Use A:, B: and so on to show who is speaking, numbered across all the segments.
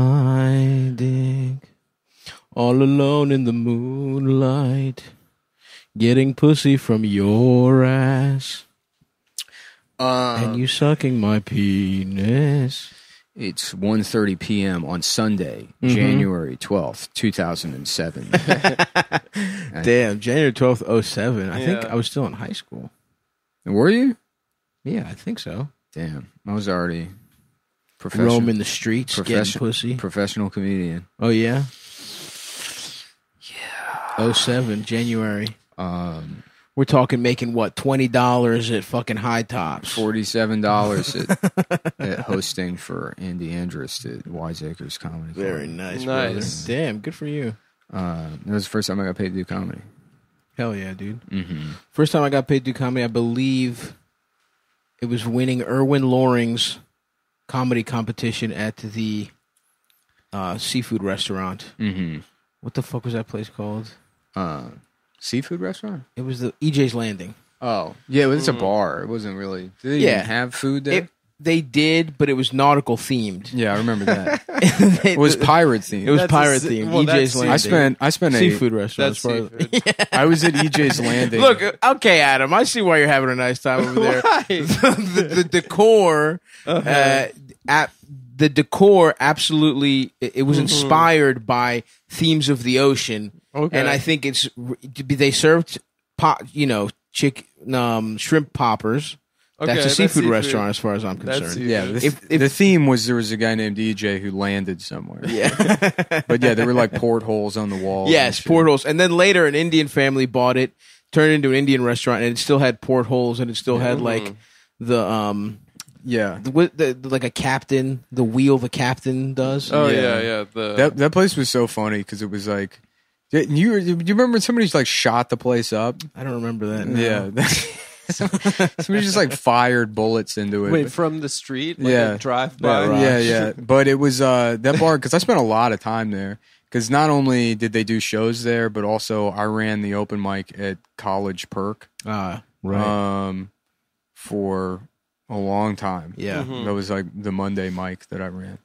A: My dick. All alone in the moonlight. Getting pussy from your ass.
B: Uh,
A: and you sucking my penis.
B: It's 1.30 p.m. on Sunday,
A: Mm-hmm.
B: January 12th, 2007.
A: Damn, January 12th, 07. I think
C: Yeah.
A: I was still in high school.
B: Were you?
A: Yeah, I think so.
B: Damn. I was already professional,
A: Roaming the streets, getting
B: profession-
A: pussy.
B: professional comedian.
A: oh, yeah? Yeah. 07, January.
B: Um,
A: We're talking making what twenty dollars at fucking high tops.
B: $47 at, at hosting for Andy Andrus at Wiseacres Comedy Club.
A: nice,
C: Nice.
A: brother. Damn, good for you.
B: Uh, that was the first time I got paid to do comedy.
A: Hell yeah, dude.
B: Mm-hmm.
A: First time I got paid to do comedy, I believe it was winning Erwin Loring's comedy competition at the uh, seafood restaurant.
B: Mm-hmm.
A: What the fuck was that place called?
B: Uh, seafood restaurant?
A: It was the EJ's Landing.
B: Oh, yeah, it was a bar. It wasn't really. Did they
A: Yeah.
B: even have food there?
A: It, they did, but it was nautical themed.
B: yeah, I remember that.
A: it
B: it was pirate themed.
A: it was
C: That's a
A: pirate
C: se-
A: themed.
C: well, that's
A: EJ's
C: sea-
A: Landing.
B: I spent I spent
A: seafood restaurant.
C: That's
A: as far as-
C: seafood.
B: a I was at EJ's Landing.
A: Look, okay, Adam, I see why you're having a nice time over there. the, the decor, uh, at, the decor absolutely, it, it
C: Mm-hmm.
A: was inspired by themes of the ocean.
C: Okay.
A: And I think it's, r- they served, pop, you know, chick, um, shrimp poppers.
C: Okay,
A: that's a
C: that's
A: seafood,
C: seafood.
A: restaurant as far as I'm
C: That's
A: concerned.
C: seafood.
B: yeah, the,
A: If- if-
B: the theme was there was a guy named EJ who landed somewhere.
A: Yeah.
B: But yeah, there were like portholes on the wall.
A: yes, portholes. And then later an Indian family bought it, turned into an Indian restaurant, and it still had portholes and it still
C: Mm-hmm.
A: had like the, um,
B: Yeah,
A: the, wi- the, the like a captain, the wheel the captain does.
C: Oh
B: Yeah.
C: yeah, yeah. the
B: that that place was so funny because it was like. yeah, You were- you remember when somebody's like shot the place up?
A: I don't remember that. no.
B: Yeah, somebody just like fired bullets into it.
C: wait from the street, like
B: Yeah.
C: a drive by.
A: right.
B: Yeah, yeah. But it was uh, that bar because I spent a lot of time there. Because not only did they do shows there, but also I ran the open mic at College Perk
A: Ah,
B: um, for a long time.
A: yeah.
B: that was like the Monday mic that I ran,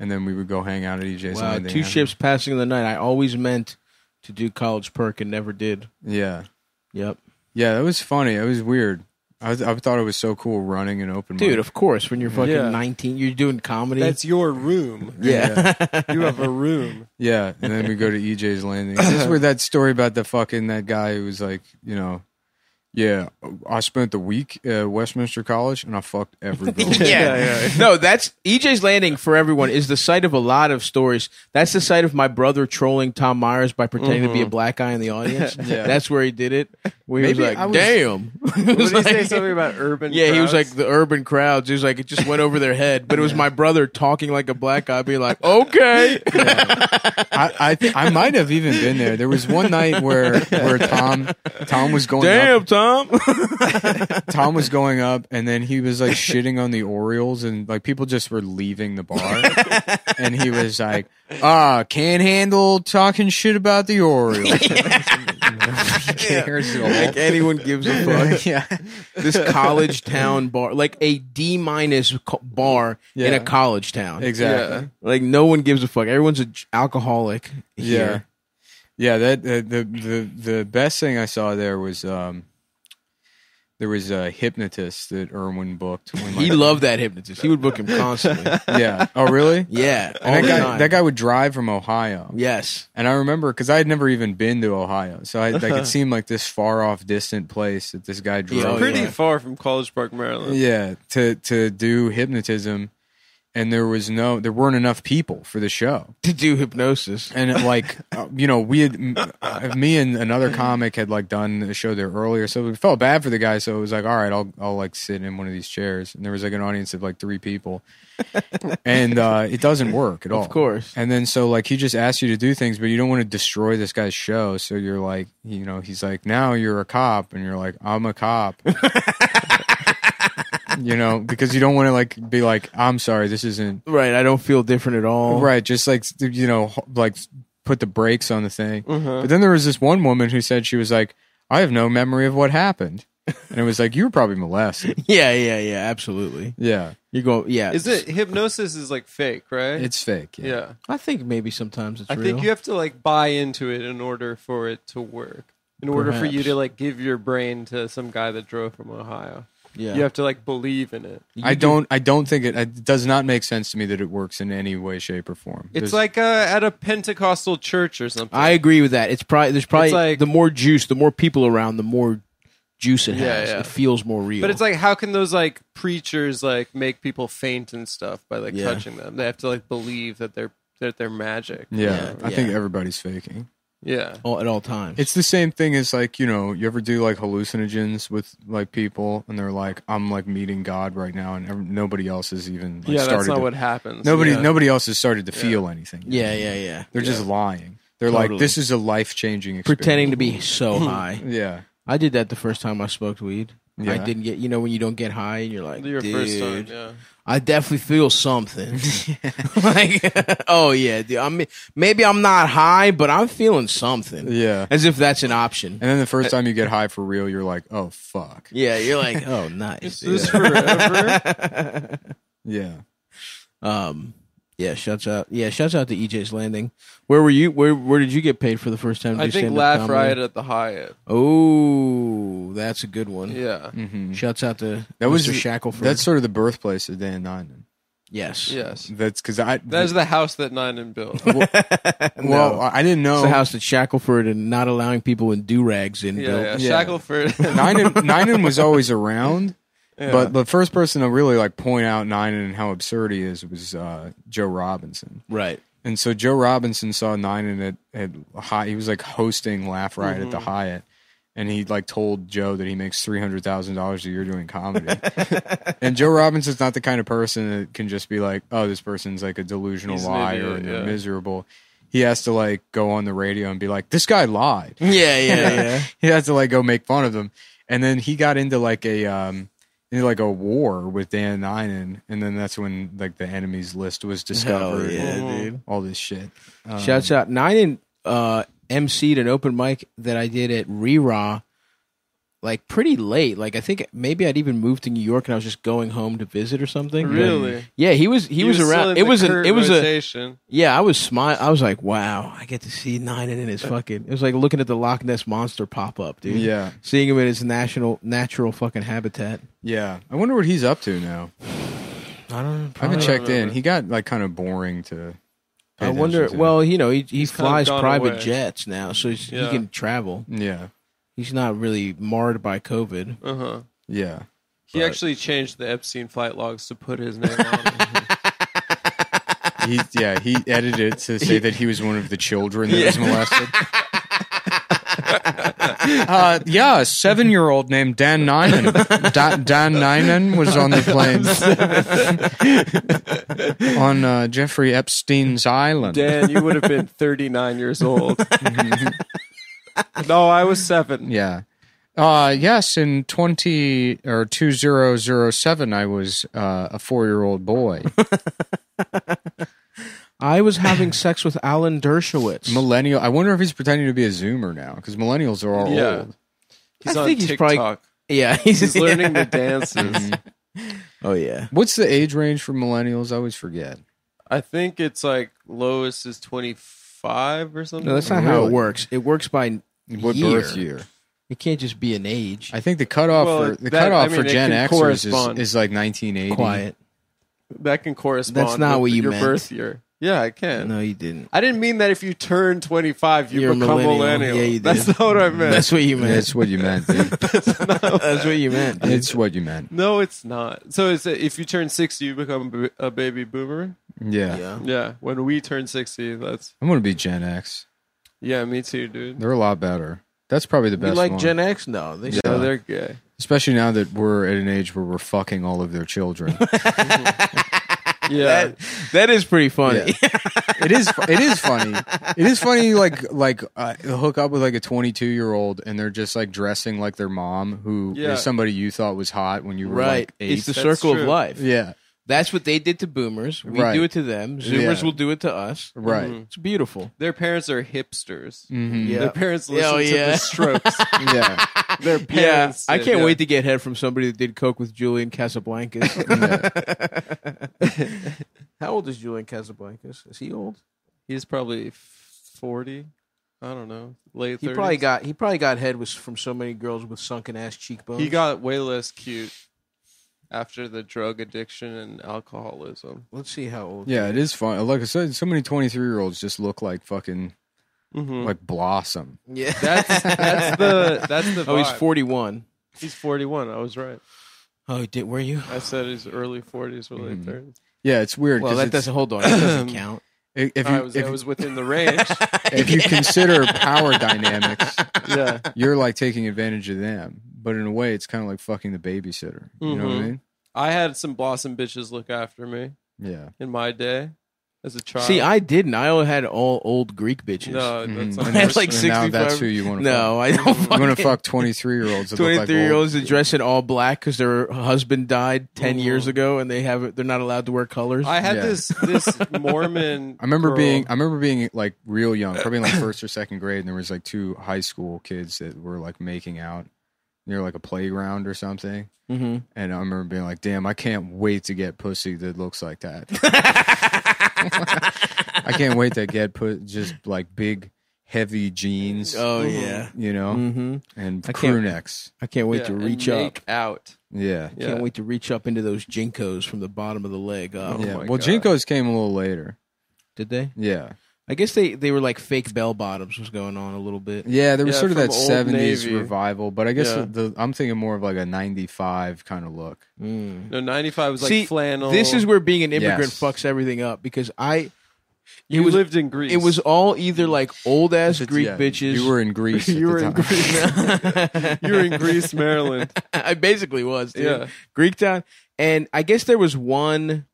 B: and then we would go hang out at EJ's.
A: Wow,
B: on Monday
A: two
B: night.
A: ships passing in the night. I always meant to do college perk and never did.
B: Yeah,
A: Yep.
B: yeah. That was funny. It was weird. I, I thought it was so cool running an open
A: Dude,
B: mic.
A: of course, when you're fucking
C: Yeah.
A: 19, you're doing comedy.
C: That's your room.
A: yeah.
C: You have a room.
B: Yeah, and then we go to EJ's Landing. This is where that story about the fucking that guy who was like, you know, yeah, I spent the week at Westminster College and I fucked every girl.
A: Yeah. no, that's EJ's Landing for everyone is the site of a lot of stories. That's the site of my brother trolling Tom Myers by pretending to be a black guy in the audience.
B: Yeah.
A: That's where he did it. Where he was
B: Maybe
A: like,
B: I was-
A: damn. It was
C: Did he say
A: like-
C: something about urban?
A: Yeah, he was like
C: crowds?
A: the urban crowds. He was like it just went over their head, but it was my brother talking like a black guy. I'd be like, okay,
B: I, I think I might have even been there. There was one night where where Tom Tom was going
A: damn,
B: up,
A: Tom.
B: Tom was going up, and then he was like shitting on the Orioles, and like people just were leaving the bar, and he was like, ah, can't handle talking shit about the Orioles. Cares at all.
A: like anyone gives a fuck.
B: yeah.
A: This college town bar, like a D minus co- bar in
B: Yeah.
A: a college town.
B: Exactly.
A: Like no one gives a fuck. Everyone's an alcoholic.
B: Yeah.
A: Here.
B: Yeah, that uh, the the the best thing I saw there was um there was a hypnotist that Irwin booked. When,
A: he
B: like-
A: loved that hypnotist. He would book him constantly.
B: yeah. Oh, really?
A: Yeah, all
B: And that
A: the
B: guy
A: time.
B: that guy would drive from Ohio.
A: Yes.
B: And I remember because I had never even been to Ohio, so I, like it seemed like this far off, distant place that this guy drove.
A: Oh,
C: pretty
A: yeah.
C: far from College Park, Maryland.
B: yeah to to do hypnotism, and there was no there weren't enough people for the show.
A: To do hypnosis.
B: and it, like uh, you know we had m- uh, me and another comic had like done a show there earlier so we felt bad for the guy so it was like all right i'll i'll like sit in one of these chairs and there was like an audience of like three people and uh it doesn't work at all
A: Of course.
B: and then so like he just asks you to do things but you don't want to destroy this guy's show so you're like you know he's like now you're a cop and you're like i'm a cop you know because you don't want to like be like i'm sorry this isn't
A: Right. I don't feel different at
C: Oh.
A: all.
B: Right, just like you know, h- like put the
C: Mm-hmm.
B: brakes on the thing. But then there was this one woman who said she was like, "I have no memory of what happened." and it was like you were probably molested.
A: Yeah, yeah, yeah. Absolutely.
B: Yeah,
A: You go. Yeah.
C: Is it hypnosis is like fake, right?
B: it's fake.
C: yeah.
A: I think maybe sometimes it's
C: I
A: real.
C: think you have to like buy into it in order for it to work. In order for you
A: Perhaps.
C: to like give your brain to some guy that drove from Ohio,
A: yeah.
C: you have to like believe in it.
A: You
B: I
A: do-
B: don't. I don't think it, it does not make sense to me that it works in any way, shape, or form. There's-
C: It's like uh, at a Pentecostal church or something.
A: I agree with that. It's probably there's probably
C: It's like-
A: the more juice, the more people around, the more juice it has.
C: Yeah, yeah.
A: It feels more real.
C: But it's like, how can those like preachers like make people faint and stuff by like
A: Yeah.
C: touching them? They have to like believe that they're that they're magic.
B: yeah,
A: Yeah,
B: I think
A: yeah.
B: everybody's faking.
C: Yeah.
A: all, at all times.
B: It's the same thing as like you know you ever do like hallucinogens with like people and they're like I'm like meeting God right now and every, nobody else has even like,
C: yeah,
B: started
C: that's not
B: to-
C: what happens.
B: nobody
C: Yeah.
B: nobody else has started to feel anything.
A: yeah, yeah, yeah.
B: they're just lying. They're
A: Totally.
B: like this is a life changing
A: Pretending to be so high.
B: Yeah,
A: I did that the first time I smoked weed. I
B: Yeah.
A: didn't get you know when you don't get high and you're like
C: Your
A: dude,
C: first time, yeah.
A: I definitely feel something. like oh yeah, dude, I'm maybe I'm not high, but I'm feeling something.
B: yeah.
A: As if that's an option.
B: And then the first time you get high for real, you're like, oh fuck.
A: Yeah, you're like, oh nice.
C: Is
A: dude.
C: this forever?
B: Yeah.
A: Um, yeah, shouts out. Yeah, shouts out to EJ's Landing. Where were you? Where Where did you get paid for the first time? to
C: I
A: do
C: think
A: stand-up
C: Laugh
A: comedy?
C: Riot at the Hyatt.
A: Oh, that's a good one.
C: Yeah.
B: hmm
A: Shouts out to
B: That was
A: Mr.
B: the-
A: Shackelford.
B: That's sort of the birthplace of Dan Ninen.
A: yes.
C: Yes.
B: That's because I
C: That is the house that Nine and built.
B: well
A: No.
B: I I didn't know
A: It's the house that Shackelford and not allowing people in do rags in built.
C: Yeah, yeah.
B: Yeah.
C: Shackleford.
B: Ninen Ninen was always around,
C: Yeah.
B: but the first person to really like point out Ninen and how absurd he is was uh, Joe Robinson.
A: Right.
B: And so Joe Robinson saw Ninen at at high. He was like hosting Laugh Riot at
C: Mm-hmm.
B: the Hyatt. And he like told Joe that he makes three hundred thousand dollars a year doing comedy, and Joe Robinson's not the kind of person that can just be like, "Oh, this person's like a delusional
C: He's an
B: liar
C: idiot,
B: and they're
C: yeah.
B: miserable." He has to like go on the radio and be like, "This guy lied."
A: Yeah, yeah, yeah.
B: he has to like go make fun of them. And then he got into like a um into like a war with Dan Ninen, and then that's when like the enemies list was
A: Hell
B: discovered.
A: yeah,
B: and
A: dude.
B: All this shit. Um,
A: Shouts out nine and uh, emceed an open mic that I did at Reraw, like pretty late. Like I think maybe I'd even moved to New York and I was just going home to visit or something.
C: Really?
A: Yeah, he was he, was,
C: still
A: around.
C: in
A: It
C: the
A: was an
C: Kurt
A: it was a
C: rotation.
A: yeah. I was smile. I was like, wow, I get to see nine in his fucking. It was like looking at the Loch Ness monster pop up, dude.
B: Yeah,
A: seeing him in his national natural fucking habitat.
B: yeah. I wonder what he's up to now.
A: I don't. know.
B: I haven't
A: probably-
B: checked in.
C: remember.
B: He got like kind of boring to. pay
A: I wonder.
B: attention to.
A: Well, you know, he, he
C: kind of
A: flies
C: gone
A: private
C: away.
A: jets now, so he's,
C: Yeah.
A: he can travel.
B: yeah,
A: He's not really marred by COVID.
C: Uh huh.
B: yeah.
C: He
A: But-
C: actually changed the Epstein flight logs to put his name on. it.
B: He yeah he edited it to say that he was one of the children that was molested. Uh, yeah, a seven-year-old named Dan Ninen. Da- Dan Ninen was on the plane on uh, Jeffrey Epstein's island.
C: Dan, you would have been 39 years old. no, I was seven.
B: Yeah. Uh, yes, in twenty or two zero zero seven, I was uh, a four-year-old boy.
A: I was having sex with Alan Dershowitz.
B: Millennial. I wonder if he's pretending to be a Zoomer now because millennials are all
C: Yeah.
B: old.
C: He's
A: I
C: on
A: think he's
C: TikTok.
A: probably- yeah, he's,
C: He's
A: yeah.
C: learning the dances.
A: Oh yeah,
B: What's the age range for millennials? I always forget.
C: I think it's like lowest is 25 or something.
A: no, that's not how it
B: Really?
A: works. It works by
B: What
A: year.
B: birth year?
A: It can't just be an age.
B: I think the cutoff
C: Well,
B: for the
C: that-
B: cutoff
C: I mean,
B: for
C: it
B: Gen
C: can
B: Xers
C: correspond.
B: is, is like 1980.
A: Quiet.
C: that can correspond.
A: That's not what
C: with
A: you
C: your
A: meant.
C: birth year. Yeah, I can.
A: No, you didn't.
C: I didn't mean that. If you turn 25, you
A: You're a
C: become millennial.
A: millennial. Yeah, you did.
C: That's not what I meant.
A: That's what you meant.
B: That's what you meant. Dude.
A: That's what you meant. dude.
B: it's what you meant.
C: no, it's not. So it's if you turn 60, you become a b- a baby boomer.
B: Yeah.
A: yeah.
C: Yeah, when we turn 60, that's
B: I'm gonna be Gen X.
C: yeah, me too, dude.
B: They're a lot better. That's probably the
A: You
B: best.
A: like
B: one.
A: Gen X? No, they
C: No,
A: suck.
C: they're gay.
B: especially now that we're at an age where we're fucking all of their children.
C: Yeah,
A: That, that is pretty funny.
B: it is. fu- It is funny. It is funny. Like like uh, hook up with like a 22 year old and they're just like dressing like their mom, who is
C: Yeah.
B: somebody you thought was hot when you were
A: right.
B: like eight.
A: it's the
C: That's
A: circle of
C: true.
A: life.
B: yeah.
A: That's what they did to boomers. We
B: Right.
A: do it to them. Zoomers
B: Yeah.
A: will do it to us.
B: Right.
A: It's beautiful.
C: their parents are hipsters.
B: Mhm.
A: Yeah.
C: Their parents listen
A: Oh,
C: to
A: yeah.
C: the Strokes.
B: yeah.
C: Their
A: Yeah,
C: parents
A: I
C: did,
A: can't
C: yeah.
A: wait to get head from somebody that did coke with Julian Casablancas. How old is Julian Casablancas? Is he old?
C: He's probably forty. I don't know. Late.
A: He
C: 30s.
A: probably got he probably got head was from so many girls with sunken ass cheekbones.
C: He got way less cute after the drug addiction and alcoholism.
A: Let's see how old.
B: Yeah, it is fun. Like I said, so many 23 year olds just look like fucking
C: Mm-hmm.
B: like blossom.
A: Yeah.
C: That's that's the that's the.
A: oh, he's
C: vibe.
A: forty one.
C: He's forty-one. I was right.
A: Oh, did were you?
C: I said his early forties or late
B: Mhm.
C: thirties.
B: Yeah, it's weird.
A: Well,
B: 'cause
A: that
B: it's-
A: doesn't hold on. That doesn't count.
B: i- if you
C: I was
B: if,
C: I was within the range.
B: if you consider power dynamics,
C: yeah.
B: you're like taking advantage of them. But in a way, it's kind of like fucking the babysitter. You know what I
A: Mm-hmm.
C: Mhm.
B: mean?
C: I had some blossom bitches look after me
B: Yeah.
C: in my day as a child.
A: See, I didn't. I only had all old Greek bitches.
C: no,
B: Mhm.
C: that's
B: And
C: not
A: Uh, That's like
B: and now that's
A: 65
B: who you want to fuck.
A: no, I don't.
C: You
B: You want to
A: fucking-
B: fuck 23 year olds.
A: 23 year olds that
B: dress.
A: dress in all black because their husband died 10
C: Mhm.
A: years ago and they have they're not allowed to wear colors
C: I had
B: Yeah.
C: this this Mormon.
B: I remember
C: girl.
B: being I remember being like real young, probably in like first or second grade, and there was like two high school kids that were like making out near like a playground or something.
A: mm-hmm.
B: And I remember being like, "Damn, I can't wait to get pussy that looks like that. I can't wait to get put just like big, heavy jeans,
A: oh
C: Mhm.
A: yeah
B: you know,
A: mm-hmm.
B: and
A: I
B: crew
A: can't-
B: necks.
A: i can't wait
C: Yeah,
A: to
C: and
A: reach
C: make
A: up
C: out.
A: I
B: Yeah,
C: Yeah.
A: can't wait to reach up into those jinkos from the bottom of the leg up.
C: Oh
B: yeah.
C: my
B: Well,
C: God.
B: Jinkos came a little later.
A: did they
B: Yeah,
A: i guess they they were like fake bell bottoms was going on a little bit
B: yeah. There was
C: Yeah,
B: sort of
C: from
B: that
C: Old
B: '70s
C: Navy.
B: revival, but I guess
C: Yeah.
B: the, I'm thinking more of like a '95 kind of look.
A: Mm.
C: No, ninety five was like
A: See,
C: flannel.
A: this is where being an immigrant
B: Yes.
A: fucks everything up because i
C: you
A: it was
C: lived in Greece.
A: it was all either like old ass
B: It's-
A: greek
B: yeah,
A: bitches
B: You were in Greece. at
A: you
B: the
A: were in
B: time.
A: Greece.
C: you were in Greece, Maryland.
A: I basically was, dude.
C: Yeah.
A: Greek town. And I guess there was one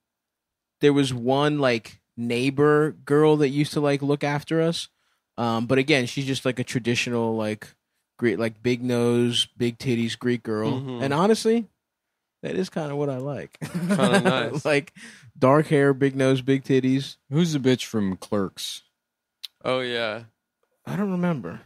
A: there was one like neighbor girl that used to like look after us. Um, but again, she's just like a traditional like Greek like big nose, big titties Greek girl.
C: Mhm.
A: And honestly, that is kind of what I like.
C: Kinda nice.
A: like dark hair, big nose, big titties.
B: Who's the bitch from Clerks?
C: Oh yeah,
A: I don't remember.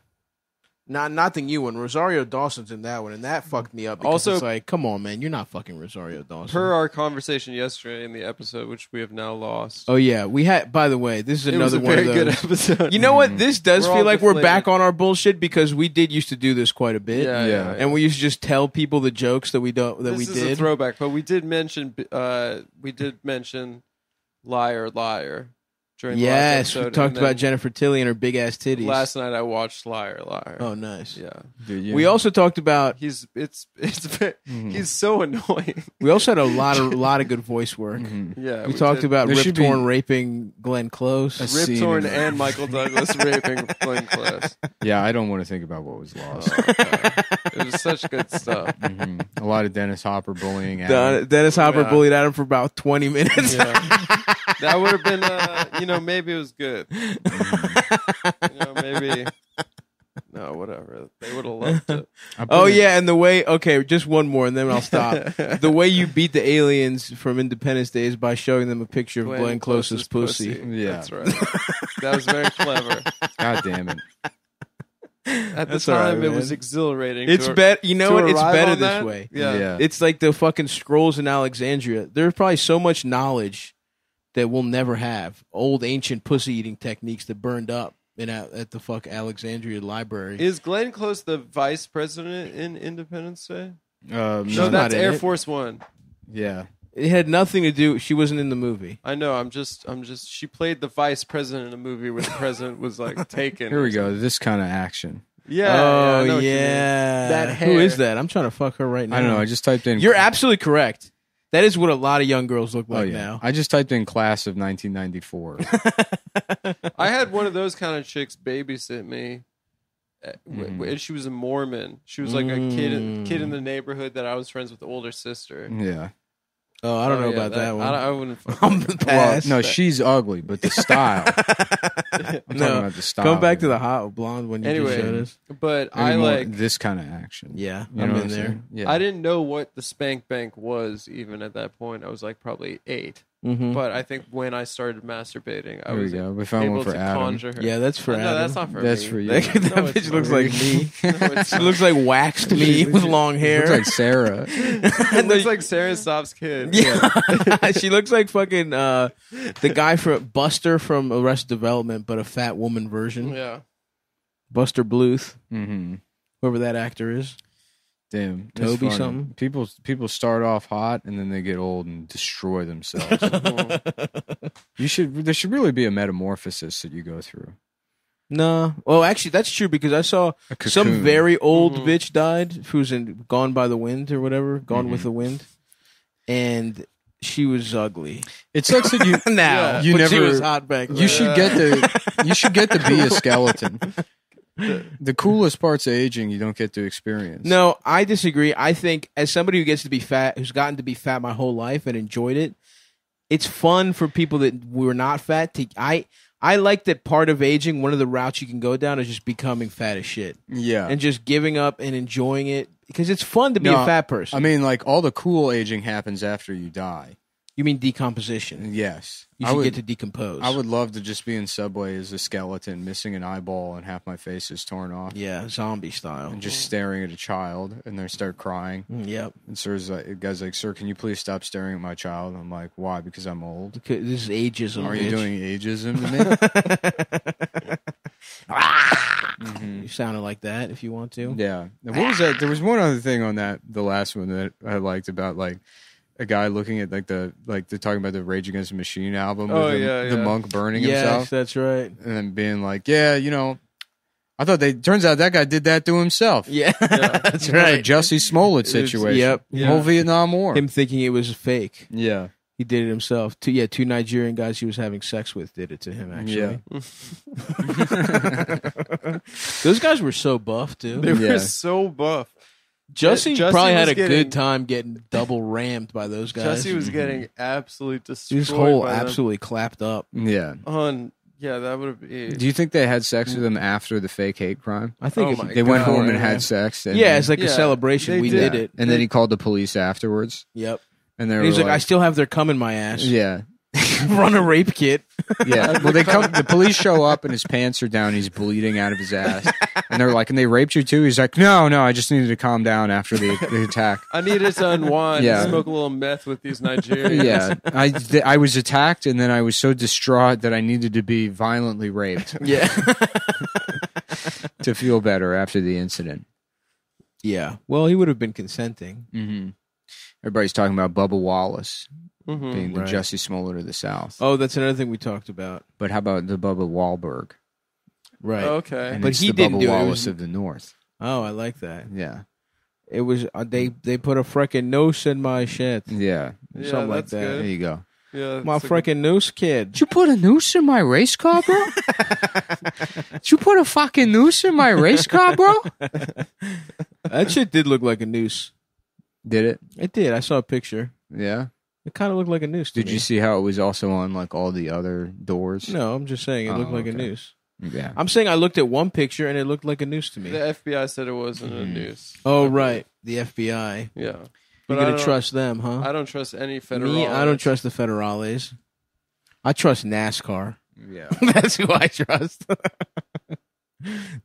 A: Not nothing you and Rosario Dawson's in that one, and that fucked me up. Because
C: Also-
A: it's like, come on, man, you're not fucking Rosario Dawson.
C: per our conversation yesterday in the episode, which we have now lost.
A: Oh yeah, we had. By the way, this is
C: it was
A: another
C: a
A: one
C: very
A: of
C: good
A: those.
C: episode.
A: You know what? This does
C: We're all
A: feel like Mm-hmm. we're
C: deflated.
A: back on our bullshit because we did used to do this quite a bit,
C: yeah, yeah,
B: Yeah.
C: yeah.
A: and we used to just tell people the jokes that we don't that
C: this
A: we
C: is a
A: did.
C: throwback, but we did mention uh, we did mention liar liar during the last
A: yes, we
C: episode,
A: talked
C: and then
A: about Jennifer Tilly and her big ass titties.
C: Last night I watched liar liar.
A: oh, nice.
C: yeah,
B: Dude, yeah.
A: We also talked about.
C: he's it's it's ve-
A: Mm.
B: Mhm.
C: he's so annoying.
A: We also had a lot of lot of good voice work.
B: Mhm.
C: Yeah,
A: We talked about
B: There
A: Rip
B: should be-
A: Torn raping Glenn Close.
B: That's-
C: Rip
B: scene
C: Torn
B: in-
C: and Michael Douglas raping Glenn Close.
B: yeah, I don't want to think about what was
C: Oh,
B: lost.
C: God. it was such good stuff.
B: Mhm. A lot of Dennis Hopper bullying.
A: Don-
B: Adam.
A: Dennis Hopper
C: Yeah.
A: bullied Adam for about twenty minutes.
C: Yeah. That would have been, uh, you know, maybe it was good. You know, maybe. No, whatever. They would have loved it.
B: I
A: Oh
B: believe-
A: yeah, and the way okay, just one more and then I'll stop. the way you beat the aliens from Independence Day is by showing them a picture of Glenn, Close's, pussy.
B: Yeah.
C: That's right. That was very clever.
B: God damn it! Um,
C: At the
A: That's all right,
C: time, it
A: man.
C: was exhilarating.
A: It's
C: to-
A: better. You know
C: to
A: what? It's
C: arrive
A: better
C: on
A: this
C: that.
A: way.
C: Yeah.
B: Yeah.
A: It's like the fucking scrolls in Alexandria. There's probably so much knowledge that we'll never have. Old ancient pussy eating techniques that burned up in at, at the fuck Alexandria library.
C: Is Glenn Close the vice president in Independence Day?
B: Um,
A: She's
C: no,
A: not
C: that's
A: in
C: Air
A: it.
C: Force One.
B: yeah,
A: It had nothing to do. She wasn't in the movie.
C: I know. I'm just. I'm just. She played the vice president in a movie where the president was like taken.
B: here we go. This kind of action.
C: Yeah. yeah, I
A: oh
C: know
A: yeah,
C: what you mean. That
A: who
C: hair.
A: is that? I'm trying to fuck her right now.
B: I don't know. I just typed in.
A: You're absolutely correct. That is what a lot of young girls look
B: Oh
A: like
B: yeah.
A: now.
B: I just typed in class of 1994.
C: I had one of those kind of chicks babysit me, uh, w- w- and she was a Mormon. She was like a kid in, kid in the neighborhood that I was friends with, the older sister.
B: yeah.
A: Oh, I don't
C: Oh,
A: know
C: yeah,
A: about that,
C: I,
A: one.
C: don't- I wouldn't. fuck
A: I'm
C: with her.
A: the
B: Well,
A: past.
B: no, she's ugly, but the style. I'm talking
A: No.
B: about the style.
A: Come back to the hot blonde one you
C: Anyway.
A: just showed us.
C: but
B: Maybe
C: I
B: more
C: like.
B: this kind of action.
A: Yeah,
B: You know
A: I'm
B: what
A: in there.
B: saying? Yeah.
C: I didn't know what the spank bank was even at that point. I was like probably eight.
A: Mhm.
C: But I think when I started masturbating, I
B: There we
C: was
B: go. We found
C: able
B: one
C: to
B: for Adam.
C: conjure her.
A: yeah, that's for
C: no,
A: Adam.
C: that's not for
B: That's
C: me.
B: for you.
A: Like, that
C: No, it's
A: bitch looks
C: not.
A: like me.
C: No, it's
A: She
C: not.
A: looks like waxed me with long hair.
B: Looks like Sarah.
C: It looks like Sarah Soft's kid.
A: yeah, she looks like fucking uh, the guy from Buster from Arrested Development, but a fat woman version.
C: Yeah.
A: Buster Bluth,
B: hmm
A: whoever that actor is.
B: Damn, that's
A: Toby
B: funny.
A: something?
B: People people start off hot and then they get old and destroy themselves. you should there should really be a metamorphosis that you go through.
A: No, well, actually, that's true because I saw
B: A cocoon.
A: some very old
C: Mhm.
A: bitch died who's in Gone by the Wind or whatever, Gone with
B: Mhm.
A: the Wind, and she was ugly.
B: It sucks that you
A: now,
B: You
A: but she
B: never-
A: was hot back then.
B: you should get to you should get to be a skeleton. The, the coolest parts of aging you don't get to experience.
A: No, I disagree. I think as somebody who gets to be fat, who's gotten to be fat my whole life and enjoyed it, it's fun for people that were not fat to I I like that part of aging, one of the routes you can go down is just becoming fat as shit
B: Yeah.
A: and just giving up and enjoying it because it's fun to be
B: No,
A: a fat
B: I
A: person.
B: mean like all the cool aging happens after you die.
A: you mean decomposition.
B: Yes.
A: You
B: I
A: should
B: would,
A: get to decompose.
B: I would love to just be in Subway as a skeleton, missing an eyeball and half my face is torn off.
A: yeah, zombie style.
B: and just staring at a child and they start crying.
A: Mm, Yep.
B: And sir's like, the guy's like, sir, can you please stop staring at my child? I'm like, why? Because I'm old.
A: Okay, This is ageism.
B: Are
A: bitch.
B: you doing ageism to
A: Mm-hmm.
B: Mm-hmm.
A: You sounded like that if you want to.
B: me? yeah. And what was that? There was one other thing on that, the last one that I liked about like a guy looking at like the, like they're talking about the Rage Against the Machine album.
C: Oh,
B: with the,
C: yeah,
B: the
C: yeah.
B: monk burning
A: Yes,
B: himself
A: that's right.
B: and then being like, yeah, you know, I thought they, turns out that guy did that to himself.
A: Yeah, that's
B: Kind of a
A: right.
B: Jussie Smollett
A: It's-
B: situation.
A: yep.
B: Whole
C: Yeah.
B: Vietnam War.
A: Him thinking it was fake.
B: yeah.
A: He did it himself. Two, yeah, two Nigerian guys he was having sex with did it to him. Actually, those guys were so buff too.
C: They were
B: Yeah.
C: so buff.
A: Jussie,
C: Jussie
A: probably had
C: was
A: a
C: getting-
A: good time getting double rammed by those guys.
C: Jesse was getting absolutely destroyed.
A: his whole
C: by them.
A: absolutely clapped up.
B: Yeah.
C: On yeah, that would have been.
B: Do you think they had sex with him after the fake hate crime?
A: I think
C: Oh
A: if-
C: my
B: They went
C: God.
B: home and had sex. And
A: yeah, it's like a
C: Yeah,
A: celebration.
C: they
A: We
C: did.
A: did,
B: Yeah.
A: it.
B: And then he called the police afterwards,
A: yep.
B: and they were
A: And he's like, I
B: like,
A: still have their cum in my ass.
B: "Yeah,
A: Run a rape kit.
B: yeah." well, they come. The police show up, and his pants are down. He's bleeding out of his ass, and they're like, "And they raped you too?" He's like, "No, no, I just needed to calm down after the, the attack."
C: I needed to unwind.
B: Yeah.
C: and smoke a little meth with these Nigerians.
B: Yeah, I th- I was attacked, and then I was so distraught that I needed to be violently raped
A: Yeah.
B: to feel better after the incident.
A: yeah. Well, he would have been consenting.
B: Mm-hmm. Everybody's talking about Bubba Wallace
C: Mhm.
B: being the
A: Mm, Right.
B: Jesse Smollett of the South.
A: Oh, that's another thing we talked about.
B: But how about the Bubba Wahlberg?
A: Right.
C: Okay.
B: And
A: Uh, But
B: it's
A: he
B: the
A: didn't
B: Bubba
A: do it. It
B: Wallace
A: was-
B: of the North.
A: Oh, I like that.
B: Yeah,
A: It was uh, they they put a freaking noose in my shit.
B: yeah.
C: Yeah,
A: something like
C: that's
A: that.
B: There
C: good.
B: you go.
C: Yeah,
A: My
C: that's a good-
A: freaking noose kid.
B: Did you put a noose in my race car, bro? Did you put a fucking noose in my race car, bro?
A: That shit did look like a noose.
B: Did it?
A: It did. I saw a picture.
B: Yeah.
A: It kind of looked like a noose. To
B: Did you
A: me.
B: see how it was also on like all the other doors?
A: No, I'm just saying it
B: Oh,
A: looked like a
B: okay.
A: noose.
B: Yeah.
A: I'm saying I looked at one picture and it looked like a noose to me.
C: The FBI said it wasn't a noose.
A: oh right, the FBI.
C: Yeah,
A: You're
C: I
A: gonna
C: don't-
A: trust them, huh?
C: I don't trust any federal.
A: me, I don't trust the federales. I trust NASCAR.
B: Yeah.
A: That's who I trust.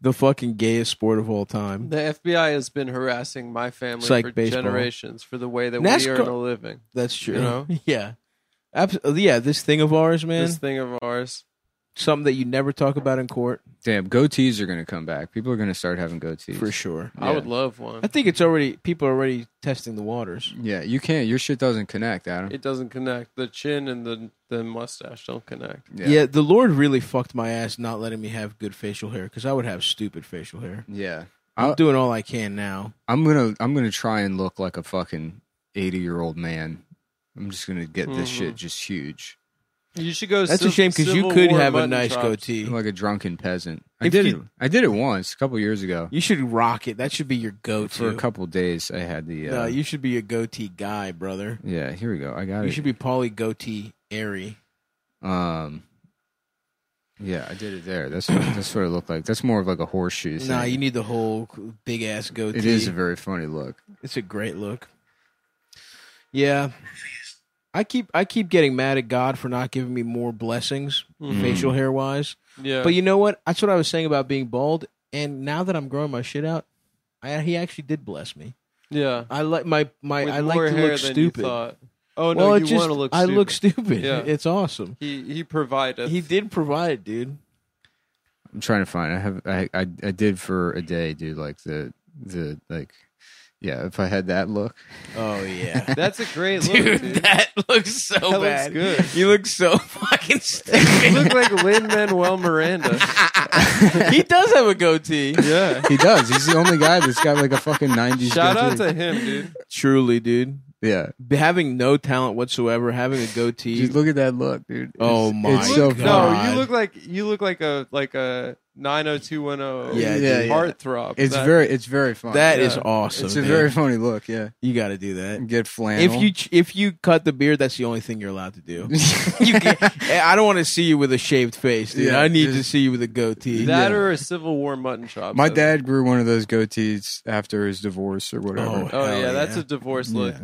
A: the fucking gayest sport of all time.
C: The FBI has been harassing my family
A: It's like
C: for
A: baseball.
C: generations for the way that we
A: NASCAR
C: earn a living.
A: That's true.
C: You know?
A: Yeah. Abs- yeah, this thing of ours, man.
C: This thing of ours.
A: something that you never talk about in court
B: Damn, goatees are gonna come back. People are gonna start having goatees.
A: for sure.
C: I
B: Yeah.
C: would love one.
A: I think it's already people are already testing the waters.
B: Yeah, you can't. Your shit doesn't connect, Adam.
C: It doesn't connect. The chin and the the mustache don't connect.
A: Yeah. the Lord really fucked my ass not letting me have good facial hair because I would have stupid facial hair.
B: Yeah.
A: I'm
B: I-
A: doing all I can now.
B: I'm gonna I'm gonna try and look like a fucking eighty year old man. I'm just gonna get this
C: Mhm.
B: shit just huge,
C: You should go.
A: That's a
C: civ-
A: shame because you
C: Civil
A: could
C: War
A: have a
C: mutton
A: nice
C: chops.
A: goatee.
B: like a drunken peasant. I
A: If
B: did
A: you-
B: it. I did it once a couple years ago.
A: You should rock it. That should be your
B: For
A: go-to.
B: a couple days, I had the. Uh,
A: No, you should be a goatee guy, brother.
B: yeah, here we go. I got
A: You
B: it.
A: should be poly goatee airy.
B: um, yeah, I did it there. That's what, that's what it looked like. That's more of like a horseshoe.
A: Nah,
B: thing.
A: you need the whole big ass goatee.
B: It is a very funny look.
A: It's a great look. Yeah. I keep I keep getting mad at God for not giving me more blessings,
C: Mhm.
A: facial hair wise.
C: Yeah.
A: But you know what? That's what I was saying about being bald. And now that I'm growing my shit out, I, he actually did bless me.
C: yeah.
A: I like my my
C: With
A: I like
C: more
A: to
C: hair
A: look
C: than you
A: stupid.
C: thought. Oh no,
A: well, it
C: you
A: just
C: want to look
A: I
C: stupid.
A: look stupid.
C: Yeah.
A: It's awesome.
C: he he provided.
A: He did provide, dude.
B: I'm trying to find. I have. I, I. I did for a day, dude. Like the the like. Yeah, if I had that look,
A: Oh yeah.
C: That's a great look,
A: Dude,
C: dude.
A: that looks so
C: That looks
A: bad.
C: good.
A: You look so fucking stupid.
C: You look like Lin Manuel Miranda.
A: he does have a goatee.
C: Yeah.
B: he does. He's the only guy that's got like a fucking '90s.
C: Shout out
B: goatee.
C: to him, dude.
A: Truly, dude.
B: yeah.
A: Having no talent whatsoever, having a goatee.
B: Just look at that look, dude. It's-
A: Oh my
B: it's so
A: God.
B: fun.
C: No, you look like you look like a like a 90210
A: Yeah,
B: Yeah, dude. yeah.
C: heartthrob.
B: It's
C: That-
B: very. It's very fun.
A: That
C: Yeah.
A: is awesome.
B: it's a
A: dude.
B: very funny look. Yeah,
A: you got to do that.
B: get flannel.
A: If you ch- if you cut the beard, that's the only thing you're allowed to do. You can't- I don't want to see you with a shaved face, dude.
B: Yeah,
A: I need
B: just-
A: to see you with a goatee.
C: that
B: yeah.
C: or a Civil War mutton chop.
B: my
C: though.
B: dad grew one of those goatees after his divorce or whatever.
A: Oh,
C: Oh
A: Hell
C: yeah, that's
A: yeah.
C: a divorce
B: Yeah.
C: look.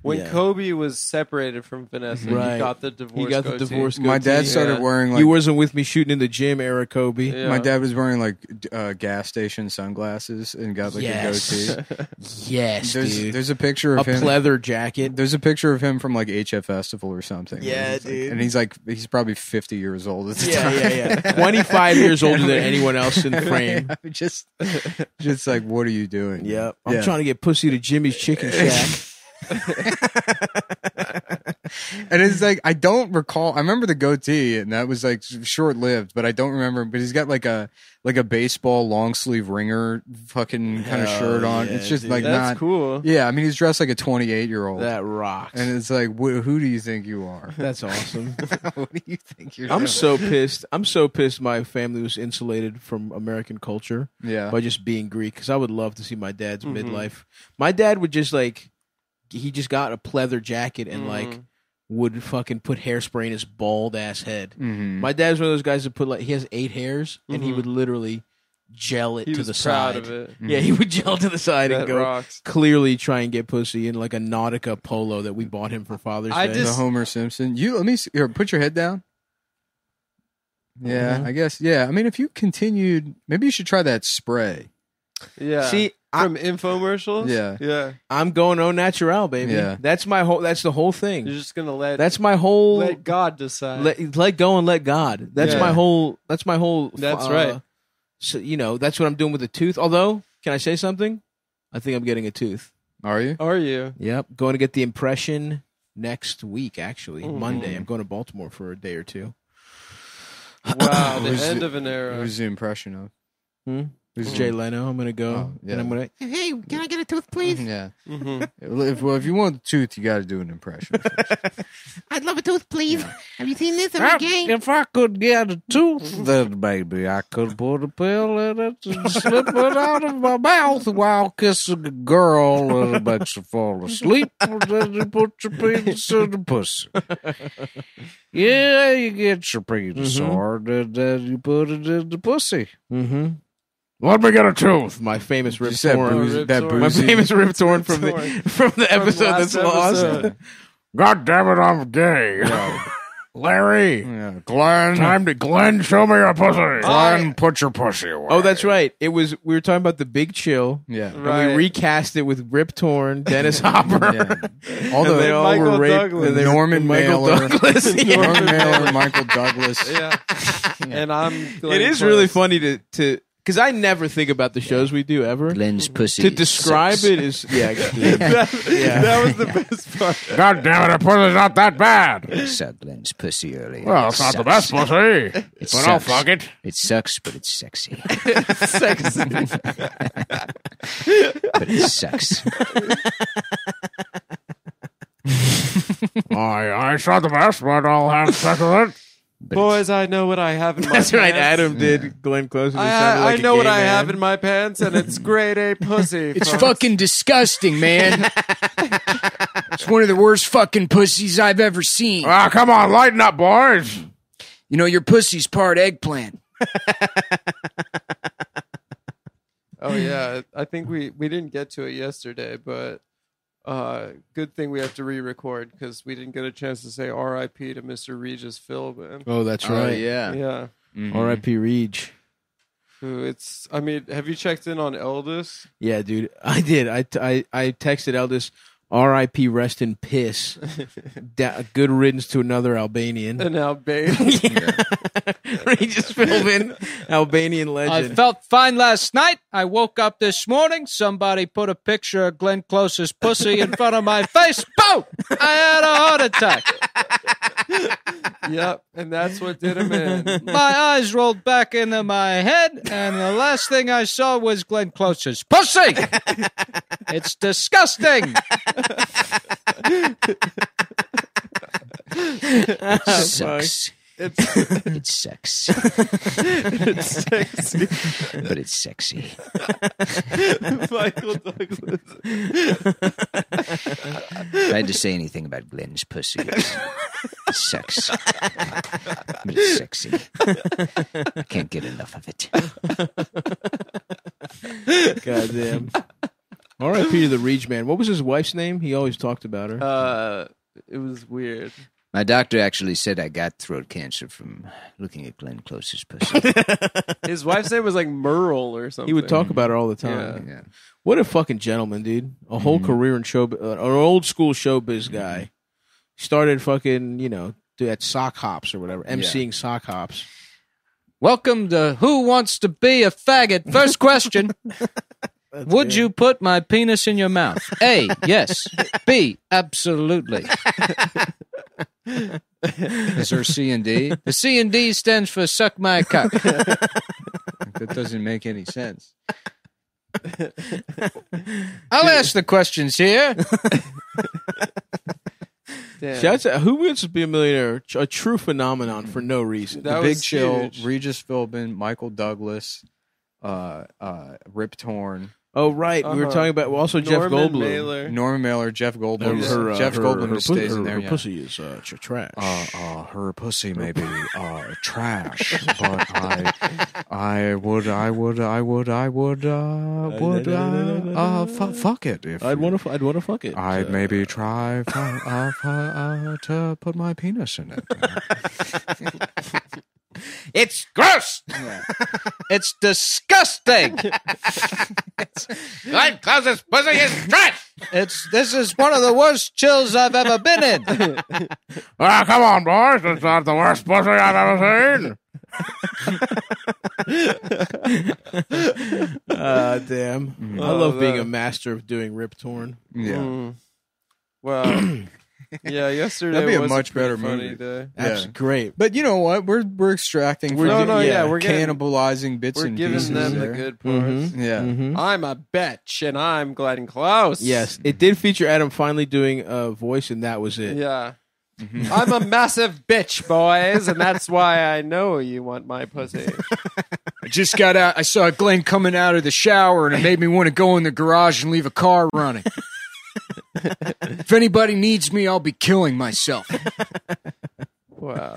C: When
A: Yeah.
C: Kobe was separated from Vanessa,
A: Right.
C: he got the divorce.
A: he got the
C: goatee.
A: divorce.
B: my
A: goatee.
B: dad started
C: Yeah.
B: wearing like
A: you wasn't with me shooting in the gym, era Kobe.
C: Yeah.
B: My dad was wearing like d- uh, gas station sunglasses and got like
A: Yes.
B: a goatee.
A: Yes,
B: There's
A: dude.
B: there's a picture
A: a
B: of him.
A: pleather jacket.
B: there's a picture of him from like HF Festival or something.
A: Yeah,
B: He's, like-
A: dude.
B: and he's like he's probably 50 years old at the
A: Yeah,
B: time.
A: yeah, yeah. 25 years older than anyone else in the frame.
B: I'm just just like what are you doing?
A: Yep. I'm
B: Yeah.
A: trying to get pussy to Jimmy's Chicken Shack.
B: And it's like I don't recall. I remember the goatee, and that was like short lived, but I don't remember. But he's got like a like a baseball long sleeve ringer fucking kind of
A: Hell
B: shirt on.
A: yeah,
B: it's just
A: dude.
B: like
C: That's
B: not.
C: cool.
B: Yeah, I mean he's dressed like a 28 year old.
A: that rocks.
B: And it's like, wh- who do you think you are?
A: That's awesome.
B: what do you think you're?
A: I'm
B: doing?
A: so pissed. I'm so pissed my family was insulated from American culture
B: yeah.
A: by just being Greek because I would love to see my dad's
C: Mhm.
A: midlife. My dad would just like, he just got a pleather jacket and like
C: Mhm.
A: would fucking put hairspray in his bald ass head.
B: Mhm.
A: My dad's one of those guys that put like, he has eight hairs and he
C: Mhm.
A: would literally gel it
C: he
A: to
C: was
A: the
C: proud
A: side.
C: of it.
B: Mm-hmm.
A: Yeah, he would gel to the side
C: That
A: and go
C: rocks.
A: clearly try and get pussy in like a Nautica polo that we bought him for Father's
C: I
A: Day.
B: the
C: just-
B: Homer Simpson. You let me see, here, put your head down. Yeah,
A: Mhm.
B: I guess. Yeah, I mean, if you continued, maybe you should try that spray.
C: Yeah.
A: See, I,
C: from infomercials.
B: Yeah.
C: Yeah.
A: I'm going au natural, baby.
B: Yeah.
A: That's my whole. That's the whole
C: You're
A: thing.
C: just gonna let
A: That's my whole.
C: let God decide.
A: Let, let go and let God. That's
B: Yeah.
A: my whole. That's my whole. uh,
C: That's right.
A: So you know that's what I'm doing with the tooth. Although, can I say something? I think I'm getting a tooth.
B: Are you?
C: Are you?
A: Yep. Going to get the impression next week. Actually,
C: Mhm.
A: Monday. I'm going to Baltimore for a day or two.
C: Wow, the
B: Who's
C: end
B: the-
C: of an
B: It
C: era.
B: was the impression of.
A: Hmm?
B: Who's
A: Jay
C: Mm-hmm.
A: Leno. I'm going to go
B: Oh, yeah.
A: and I'm going to. Hey, can I get a tooth, please?
B: Mm-hmm. Yeah.
C: Mhm.
B: If, well, if you want the tooth, you got to do an impression.
D: I'd love a tooth, please. Have you seen this in
E: I-
D: my game?
E: If I could get a tooth, then maybe I could put a pill in it and slip it out of my mouth while kissing a girl and it makes her fall asleep. And then you put your penis in the pussy. Yeah, you get your penis
A: Mhm.
E: hard and then you put it in the pussy.
A: Mm-hmm.
E: Let me get a tooth.
A: My famous
B: You
A: Rip
B: said
A: Torn.
B: boozy-
C: Rip
B: that
C: Torn.
A: My
B: boozy-
A: famous Rip Torn from the
C: Torn.
A: from the episode
C: last
A: that's lost.
C: episode.
E: God damn it, I'm gay. Larry,
B: Yeah, Glenn.
E: time to Glenn, show me your pussy.
C: I-
E: Glenn, put your pussy away.
A: Oh, that's right. It was we were talking about the Big Chill.
B: Yeah.
A: And we
C: Right.
A: recast it with Rip Torn, Dennis Hopper,
B: yeah. All
A: and they
B: the
A: all
C: Michael
A: were raped.
C: Douglas.
A: And they
B: Norman
A: Michael
B: Mailer.
A: Douglas. Yeah.
B: Norman Mailer, Michael Douglas.
C: yeah. And I'm.
A: It
C: Glenn
A: is really
C: Close.
A: funny to to because I never think about the shows we do ever.
F: Glenn's pussy.
A: To describe it is yeah, yeah.
C: That,
A: Yeah.
C: that was the best part.
E: God damn it, a pussy's not that bad.
F: I saw Glenn's pussy earlier.
E: Well,
F: It
E: it's not the
F: sucks.
E: best pussy,
F: It
E: but I'll
F: sucks.
E: fuck it.
F: It sucks, but it's sexy.
C: Sexy.
F: But it sucks.
E: I, it's not the best, but I'll have sex with it.
F: But
C: Boys, I know what I have in my
A: That's right.
C: pants.
A: Adam did Glenn Close. and it
C: I,
A: sounded like
C: I
A: a
C: know
A: gay
C: what I
A: man.
C: have in my pants, and it's grade A pussy.
F: It's
C: folks.
F: fucking disgusting, man. it's one of the worst fucking pussies I've ever seen.
E: Ah, come on, lighten up, boys.
F: You know, your pussy's part eggplant.
C: Oh yeah, I think we we didn't get to it yesterday, but Uh, good thing we have to re-record because we didn't get a chance to say R.I.P. to Mr. Regis Philbin.
G: Oh, that's right.
A: yeah. Mm-hmm.
C: Yeah,
A: Mm.
B: Mhm.
G: R.I.P. Reach.
C: who it's. I mean, have you checked in on Eldest?
A: Yeah, dude. I did. I, I, I texted Eldest, R.I.P. Rest in Piss. da- good riddance to another Albanian.
C: And now, babe,
A: Regis Philbin, Albanian
E: I
A: legend.
E: felt fine last night. I woke up this morning. Somebody put a picture of Glenn Close's pussy in front of my face. Boom! I had a heart attack.
C: yep, and that's what did him in.
E: My eyes rolled back into my head, and the last thing I saw was Glenn Close's pussy. It's disgusting.
A: Oh, fuck.
E: Sucks.
C: It's
E: It sucks.
C: it's sexy.
E: but it's sexy.
C: Michael Douglas.
E: Tried to say anything about Glenn's pussy. Sex. But it's sexy. I can't get enough of it.
A: Goddamn. R.I.P. to the Reach man. What was his wife's name? He always talked about her.
C: Uh, it was weird.
E: My doctor actually said I got throat cancer from looking at Glenn Close's pussy.
C: His wife's name was like Merle or something.
A: he would talk about her all the time.
E: Yeah.
A: What a fucking gentleman, dude. A whole
B: Mm-hmm.
A: career in show, uh, an old school showbiz guy. Started fucking, you know, do at sock hops or whatever, emceeing sock hops.
E: Welcome to Who Wants to Be a Faggot? First question Would you put my penis in your mouth? A. Yes. B. Absolutely.
B: Is there C and D?
E: The C and D stands for suck my cock.
B: That doesn't make any sense.
E: I'll ask the questions here.
C: Damn.
A: Shouts out- who wants to be a millionaire? A true phenomenon for no reason.
C: That
B: Big
C: was
B: Chill,
C: huge.
B: Regis Philbin, Michael Douglas, uh, uh, Rip Torn,
A: oh right, we were
C: Uh-huh.
A: talking about well, also Jeff
C: Norman
A: Goldblum.
C: Mailer.
B: Norman Mailer, Jeff Goldblum.
A: Her, her, uh,
B: Oh, Jeff
A: her-
B: Goldblum
A: her
B: who
A: pu-
B: stays
A: her-
B: in there.
A: Her
B: yeah.
A: pussy is uh, tr- trash.
B: Uh, uh, her pussy may be uh, trash, but I, I would, I would, I would, I would, uh, would, uh, uh, fu- fuck it if
A: I'd want to. I'd want to fuck it.
B: I'd
A: Uh,
B: maybe try fu- uh, fu- uh, to put my penis in it.
A: It's gross.
E: It's disgusting.
G: Glenn Close's pussy is trash.
E: It's this is one of the worst chills I've ever been in.
G: Ah, come on, boys. It's not the worst pussy I've ever seen.
A: Uh, damn.
B: Mm-hmm.
A: I
C: Oh,
A: love being
C: that-
A: a master of doing Rip Torn.
B: Yeah.
C: Mm. Well, yeah. Yesterday
B: That'd be a
C: was
B: much
C: pretty
B: better
C: funny
B: movie.
C: Day.
A: That's
B: Yeah.
A: great.
B: But you know what? We're we're extracting. from
C: We're No,
B: the-
C: no, yeah, we're getting-
B: cannibalizing bits
C: We're
B: and
C: giving
B: pieces.
C: them the
B: there.
C: good parts.
B: Yeah.
A: Mhm.
C: I'm a bitch, and I'm Glenn Close.
A: Yes, it did feature Adam finally doing a voice, and that was it.
C: Yeah. I'm a massive bitch, boys, and that's why I know you want my pussy.
F: I just got out. I saw Glenn coming out of the shower, and it made me want to go in the garage and leave a car running. if anybody needs me, I'll be killing myself.
C: Wow.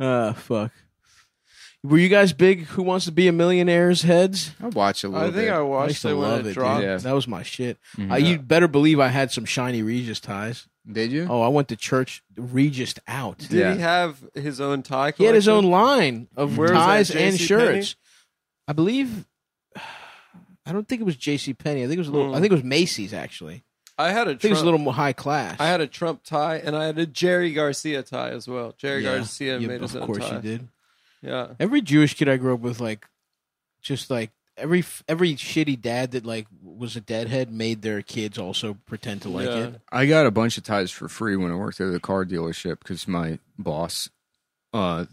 A: Ah, fuck. Were you guys big? Who wants to be a millionaire's heads?
B: I watch a
C: I
B: little
C: think
B: bit.
C: I
A: I
C: watched
A: used to
C: it when
A: love
C: it
A: it.
C: dropped.
A: dude.
B: Yeah.
A: That was my shit.
B: Mhm.
A: Uh, you'd better believe I had some shiny Regis ties.
B: Did you?
A: Oh, I went to church Regis out.
C: Did
B: Yeah.
C: he have his own tie?
A: He had his own
C: collection?
A: line of
C: Where was that,
A: ties and
C: JCPenney?
A: shirts. I believe. I don't think it was J.C. Penney. I think it was a little.
C: Mm.
A: I think it was Macy's actually.
C: I had a
A: I think it
C: Trump.
A: was a little more high class.
C: I had a Trump tie, and I had a Jerry Garcia tie as well. Jerry Garcia
A: Yeah,
C: made his
A: Of
C: own
A: course
C: tie.
A: you did.
C: Yeah.
A: Every Jewish kid I grew up with, like, just like every every shitty dad that like was a deadhead made their kids also pretend to like
C: Yeah.
A: it.
B: I got a bunch of ties for free when I worked at the car dealership because my boss uh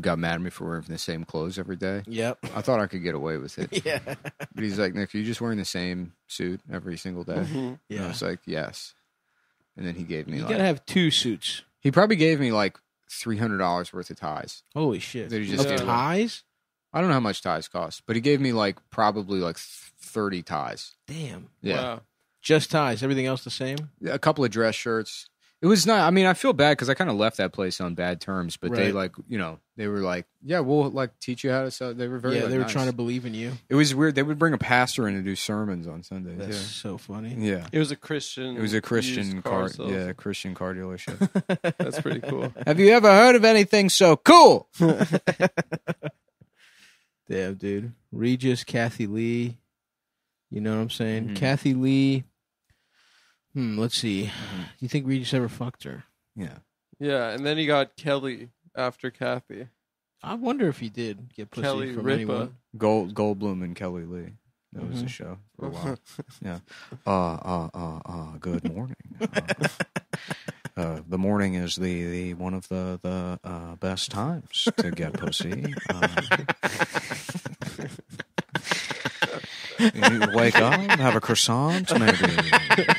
B: got mad at me for wearing the same clothes every day.
A: Yep.
B: I thought I could get away with it,
A: Yeah.
B: but he's like, "Nick, are you just wearing the same suit every single day?"
C: Mhm.
B: And I
A: Yeah.
B: was like, "Yes." And then he gave me
A: You
B: like
A: gotta have two suits.
B: he probably gave me like three hundred dollars worth of ties.
A: Holy shit.
B: Did he just
A: Of
C: do it?
A: ties?
B: I don't know how much ties cost, but he gave me like probably like th- thirty ties.
A: Damn.
B: Yeah,
C: Wow.
A: Just ties. Everything else the same.
B: a couple of dress shirts. It was not. I mean, I feel bad because I kind of left that place on bad terms. But they
A: Right.
B: like, you know, they were like, yeah, we'll like teach you how to. Sell. They were very.
A: yeah,
B: like,
A: they were
B: nice.
A: trying to believe in you.
B: It was weird. They would bring a pastor in to do sermons on Sundays.
A: That's so funny.
B: Yeah. Yeah.
C: It was a Christian.
B: It was a Christian
C: used
B: car,
C: sales.
B: yeah, Christian car dealership.
C: that's pretty cool.
E: Have you ever heard of anything so cool?
A: Damn, dude. Regis, Kathy Lee. You know what I'm saying?
B: Mhm.
A: Kathy Lee. Hmm, let's see. You think Regis ever fucked her?
B: yeah,
C: Yeah, and then he got Kelly after Kathy.
A: I wonder if he did get pussy
C: Kelly
A: from
C: Ripa.
A: anyone.
B: Gold Goldblum and Kelly Lee. That was a
A: Mhm.
B: show for a while. yeah. Uh, uh, uh, uh, good morning. Uh, uh, the morning is the, the one of the the uh, best times to get pussy. Uh, you wake up, have a croissant, maybe.
A: Jeff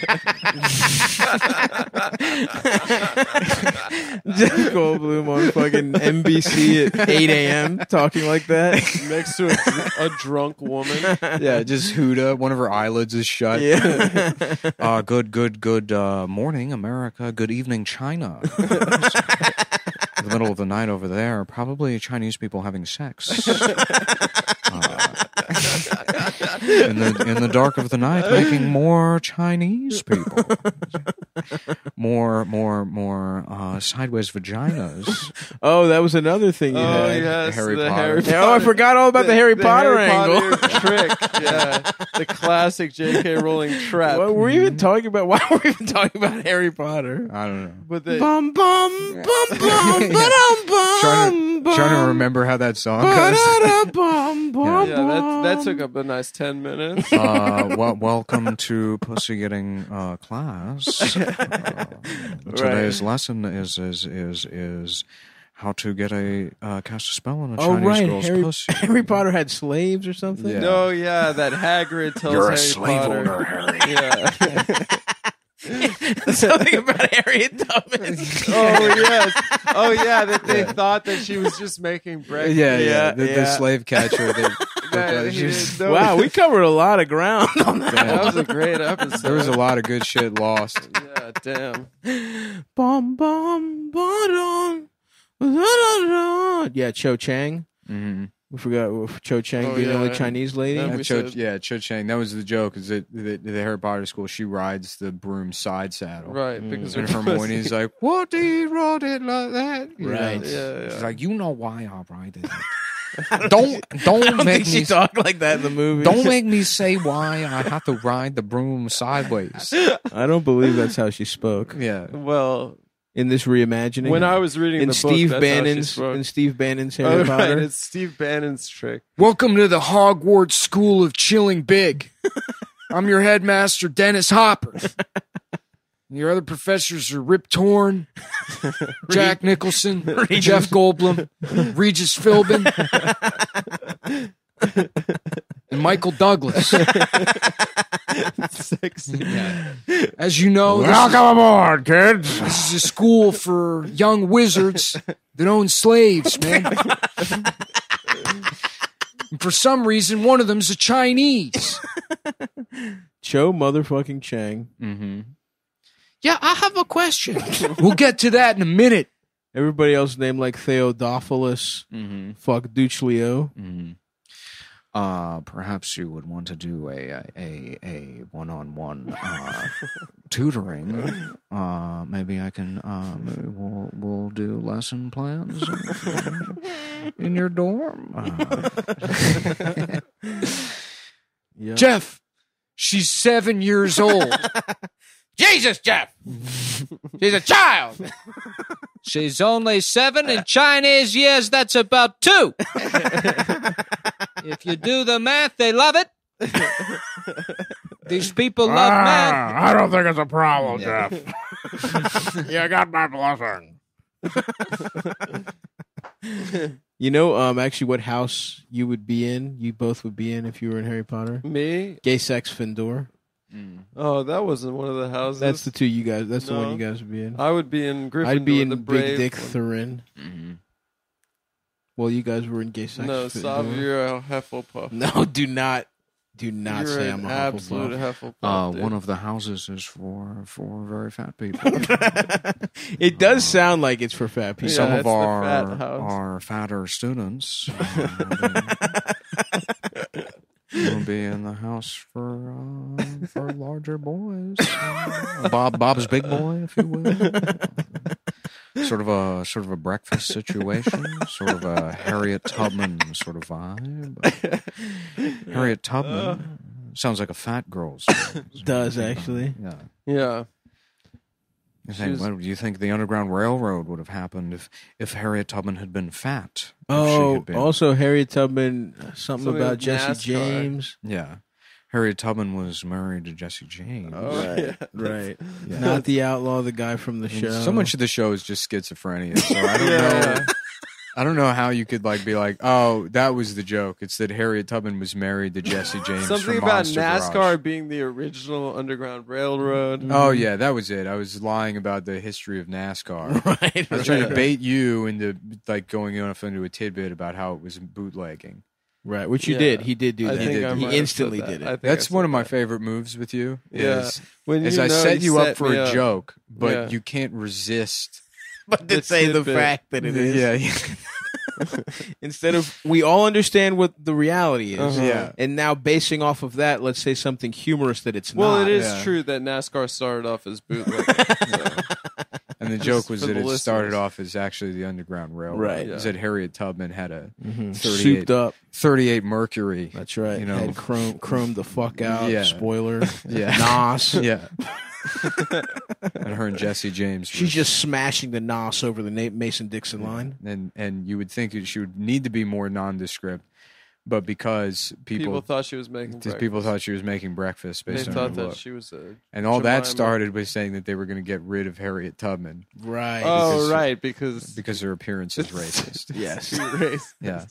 A: Goldblum on fucking NBC at 8 a.m. talking like that.
C: Next to a, a drunk woman.
B: Yeah, just Huda. One of her eyelids is shut.
A: Yeah.
B: Uh, good, good, good uh, morning, America. Good evening, China. the middle of the night over there, probably Chinese people having sex. Uh, in the in the dark of the night, making more Chinese people, more more more uh, sideways vaginas.
A: Oh, that was another thing you
C: Oh
A: had.
C: yes,
B: Harry
C: the
B: Potter.
C: Harry
B: Yeah,
A: Yeah, Oh, I
C: Potter-
A: forgot all about the, Harry Potter
C: Harry
A: angle.
C: Potter trick, yeah, the classic J.K. Rowling trap.
A: What were we even talking about? Why were we even talking about Harry Potter?
B: I don't know.
C: But they,
A: Bum bum bum bum
B: Yeah.
A: ba-dum, bum
B: Trying to, trying to
A: bum,
B: remember how that song goes.
A: ba-da-da, bum bum
C: yeah, that that
A: bum.
C: took up a nice ten minutes.
B: uh, wel- welcome to pussy getting uh, class. Uh, today's lesson is is is is how to get a uh, cast a spell on a
A: Oh
B: Chinese
A: right,
B: girl's
A: Harry,
B: pussy.
A: Harry Potter had slaves or something.
B: Yeah.
C: No, Oh, yeah, that Hagrid tells Harry Potter.
B: Harry.
C: Yeah.
A: something about Harriet Tubman.
C: oh yes. Oh yeah. That they thought that she was just making breakfast.
B: Yeah, yeah,
A: Yeah,
B: the, the
A: yeah.
B: slave catcher. They,
C: That
B: they-
C: he didn't know.
A: wow, we covered a lot of ground on that.
C: That was a great episode.
B: there was a lot of good shit lost.
C: yeah. Damn.
A: Bum bum ba-dum, ba-da-da-da. Yeah, Cho Chang.
B: Mhm.
A: We forgot uh, Cho Chang
C: Oh,
A: being the only
C: yeah.
A: Chinese lady.
C: Yeah.
B: Yeah,
C: we
B: Cho,
C: said-
B: yeah, Cho Chang. That was the joke. Is that the, the Harry Potter school? She rides the broom side saddle,
C: Right. Because
B: and
C: her pussy-
B: Hermione's like, "What do you ride it like that?" You know?
A: Right.
C: Yeah. yeah.
E: like, you know why I write it. don't don't
A: I don't
E: make
A: think
E: me
A: she talked like that in the movie.
E: don't make me say why I have to ride the broom sideways.
A: I don't believe that's how she spoke
B: Yeah.
C: Well,
A: in this reimagining.
C: when I was reading
A: in
C: the
A: Steve
C: book, that's how she
A: Bannon's
C: spoke.
A: in Steve Bannon's Harry
C: Oh, right,
A: Potter.
C: it's Steve Bannon's trick.
F: Welcome to the Hogwarts School of Chilling Big. I'm your headmaster, Dennis Hopper. Your other professors are Rip Torn, Jack Nicholson, Jeff Goldblum, Regis Philbin, and Michael Douglas. As you know, this is-
G: Welcome aboard, kids.
F: this is a school for young wizards that own slaves, man. And for some reason, one of them's a Chinese.
A: Cho motherfucking Chang.
B: Mm-hmm.
F: Yeah, I have a question. we'll get to that in a minute.
A: Everybody else named like Theodophilus.
B: Mm-hmm.
A: Fuck Duch Leo.
B: Mm. Uh, perhaps you would want to do a a a one on one tutoring. Uh, maybe I can. Uh, maybe we'll we'll do lesson plans in- in your dorm. Uh,
A: Yeah.
F: Jeff, she's seven years old.
A: Jesus, Jeff. She's a child.
E: She's only seven in Chinese years. That's about two. if you do the math, they love it. These people love math.
G: Ah, I don't think it's a problem, Jeff. you got my blessing.
A: You know, um, actually, what house you would be in? You both would be in if you were in Harry Potter.
C: Me?
A: Gay sex Findor.
C: Oh, that wasn't one of the houses.
A: That's the two you guys. That's the
C: No.
A: one you guys would be in.
C: I would be in Gryffindor.
A: I'd be in
C: the
A: Big
C: brave
A: Dick
C: one.
A: Thurin.
E: Mm-hmm.
A: Well, you guys were in gay sex.
C: No,
A: Findor.
C: Savio Hufflepuff.
A: No, do not Do not
C: You're
A: say I'm
C: an
A: a
C: absolute
A: Hufflepuff. Oh,
C: Hufflepuff.
E: Uh, one
C: dude.
E: of the houses is for for very fat people.
A: it does sound like it's for fat people.
E: Some
C: Yeah,
E: of
C: it's the
E: our
C: fat house.
E: our fatter students uh, will be in the house for uh, for larger boys. Uh, Bob Bob's big boy, if you will. Sort of a sort of a breakfast situation, sort of a Harriet Tubman sort of vibe. Harriet
C: Uh,
E: Tubman sounds like a fat girl's.
A: does actually.
E: Yeah.
C: yeah.
E: You think,
C: She's-
E: what do you think the Underground Railroad would have happened if, if Harriet Tubman had been fat? If she
A: Oh,
E: had been-
A: also Harriet Tubman, something,
C: Something
A: about
C: with
A: Jesse
C: NASCAR.
A: James.
E: yeah. Harriet Tubman was married to Jesse James.
C: Oh, yeah.
A: Right.
E: Yeah.
A: Not the outlaw, the guy from the
B: And
A: show.
B: So much of the show is just schizophrenia. So I don't know.
C: Yeah.
B: I don't know how you could like be like, oh, that was the joke. It's that Harriet Tubman was married to Jesse James.
C: Something
B: from
C: about
B: Monster
C: NASCAR
B: Garage.
C: being the original Underground Railroad.
B: Oh yeah, that was it. I was lying about the history of NASCAR.
A: right.
B: I was trying to bait you into like going off into a tidbit about how it was bootlegging.
A: Right, which you
C: Yeah.
A: did. He did do
C: I
A: that.
C: think I
A: he
C: might have said
A: instantly
C: that.
A: did
C: I
A: it.
C: think I
B: That's
C: said
B: one of my
C: that.
B: favorite moves with you.
C: Yeah.
B: Is,
C: When
B: is
C: you
B: I
C: know
B: set you up
C: set
B: for
C: me
B: a
C: up.
B: joke, but
C: Yeah.
B: you can't resist.
A: But
C: to say the fact
A: that
B: Yeah, yeah.
A: Instead of we all understand what the reality is,
C: Uh-huh.
B: Yeah.
A: and now basing off of that, let's say something humorous that it's
C: Well,
A: not.
C: it is
B: yeah.
C: true that NASCAR started off as bootleg. so.
B: And the joke was that
C: for the
B: it started
C: listeners.
B: off as actually the Underground Railroad.
A: Right.
B: It
C: Yeah. Mm-hmm.
B: said Harriet Tubman had a
A: souped
B: 38,
A: up.
B: 38 Mercury.
A: That's right.
B: You know.
A: had chrome chrome the fuck out.
B: Yeah.
A: Spoiler.
B: Yeah.
A: Nos.
B: Yeah. and her and Jesse James. were-
A: She's just smashing the nos over the Mason Dixon line.
B: and and you would think she would need to be more nondescript, but because
C: people,
B: people,
C: thought she was making
B: just
C: breakfast.
B: people thought she was making breakfast
C: they
B: based on
C: thought
B: her
C: that
B: look.
C: she was a
B: and all that
C: Jemima.
B: started with saying that they were going to get rid of Harriet Tubman
A: Right.
C: oh
B: because-
C: right because
B: because her appearance is racist.
A: yes.
C: she raised
B: yeah.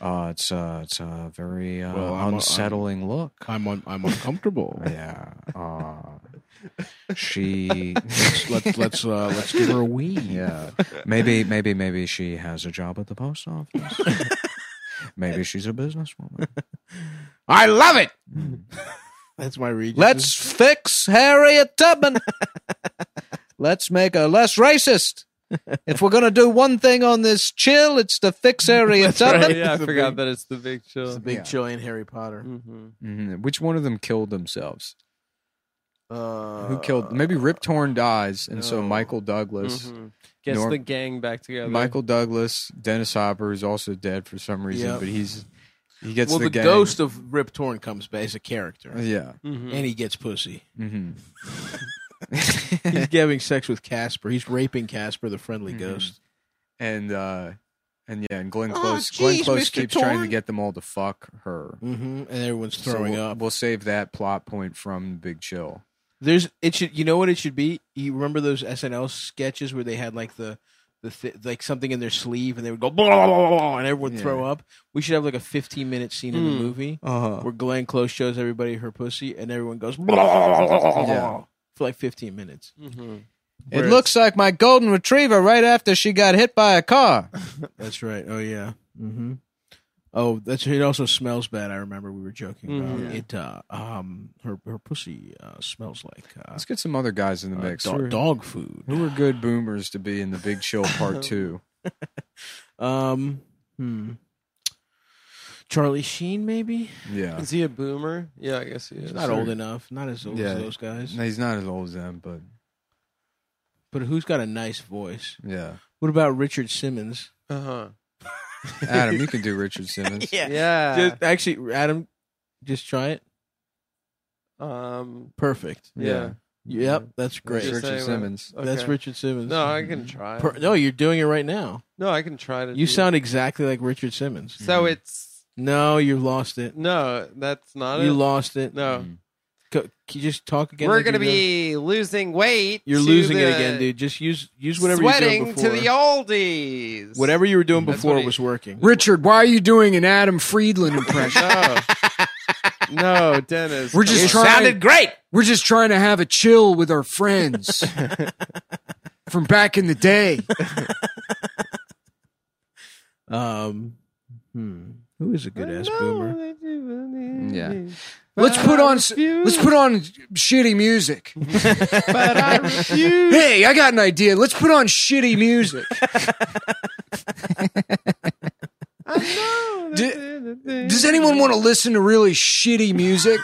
E: Uh, it's a it's a very uh,
A: Well, I'm a-
E: unsettling look.
A: I'm un- I'm uncomfortable.
E: Yeah. Uh, she.
A: let's let's uh, let's give her a wee.
E: Yeah. Maybe maybe maybe she has a job at the post office. maybe she's a businesswoman.
A: I love it. That's my read.
E: Let's fix Harriet Tubman. Let's make her less racist. If we're gonna do one thing on this chill, it's to fix Harriet Tubman.
C: oh yeah I forgot that it's the big chill
A: the big Mm-hmm.
B: Yeah.
A: chill in Harry Potter.
C: Mhm.
B: Mhm. Which one of them killed themselves?
A: Uh,
B: Who killed? Maybe Rip Torn dies, and so
A: no. Mm-hmm.
B: Michael Douglas.
C: Mhm. gets
B: Norm-
C: the gang back together
B: Michael Douglas, Dennis Hopper is also dead for some reason,
A: Yep.
B: but he's he gets
A: well,
B: the,
A: the,
B: gang.
A: ghost of Rip Torn comes back as a character,
B: Yeah,
C: Mhm.
A: and he gets pussy.
B: hmm
A: He's having sex with Casper. He's raping Casper, the friendly
B: Mm-hmm.
A: ghost.
B: and uh, and yeah, and Glenn
A: Ah,
D: Oh,
B: Close. Glenn
D: jeez,
B: Close
D: Mr.
B: keeps trying to
D: Torn.
B: get them all to fuck her.
A: hmm And everyone's
B: So
A: throwing
B: we'll,
A: up.
B: We'll save that plot point from Big Chill.
A: There's it should you know what it should be. You remember those SNL sketches where they had like the the th- like something in their sleeve, and they would go blah blah blah, blah, blah and everyone would throw up. We should have like a 15 minute scene in the
C: Mm.
A: movie
B: Uh
A: where Glenn Close shows everybody her pussy, and everyone goes blah, blah, blah, blah,
B: Yeah.
A: for like 15 minutes.
C: Mhm.
E: It looks like my golden retriever right after she got hit by a car.
A: That's right. Oh yeah. Mm-hmm. Oh, that's it. Also smells bad. I remember we were joking about
C: Mhm.
A: it. Uh, um, her her pussy uh, smells like uh,
B: Let's get some other guys in the
A: uh,
B: mix.
A: do-
B: who, are,
A: dog food.
B: who are good boomers to be in the Big Chill Part Two?
A: Um, hmm. Charlie Sheen, maybe.
B: Yeah,
C: is he a boomer yeah I guess he is
A: He's not old enough. Not as old
B: Yeah.
A: as those guys.
B: No, he's not as old as them, but
A: But who's got a nice voice?
B: yeah,
A: What about Richard Simmons?
C: uh huh
B: Adam, you can do Richard Simmons.
C: yeah,
A: Just, actually, Adam, just try it.
C: um
A: Perfect.
C: yeah,
A: Yep, that's great.
C: Just
B: Richard
C: saying,
B: Simmons.
C: okay.
A: That's Richard Simmons.
C: no I can try
A: Per- no, you're doing it right now.
C: no I can try to
A: You
C: do-
A: sound Mm-hmm. exactly like Richard Simmons.
C: so it's
A: No, you lost it.
C: no that's not
A: You
C: it
A: lost it.
C: no
A: Co- Can you just talk again?
C: we're
A: like
C: gonna
A: you're doing-
C: be losing weight
A: You're
C: to
A: losing it
C: the-
A: again, dude. Just use use whatever
C: sweating
A: you're doing before.
C: to the oldies.
A: whatever you were doing
C: That's
A: before
C: what he-
A: was working.
F: Richard, why are you doing an Adam Friedland impression?
C: No, no, Dennis.
F: We're
C: come
F: just
C: on.
F: trying. Sounded great. We're just trying to have a chill with our friends from back in the day.
A: Um, Hmm. Who is a good ass boomer?
B: Yeah.
F: Let's put on s- let's put on shitty music.
C: But I refuse.
F: Hey, I got an idea. Let's put on shitty music.
C: No,
F: Do-
C: that's it.
F: Does anyone want to listen to really shitty music?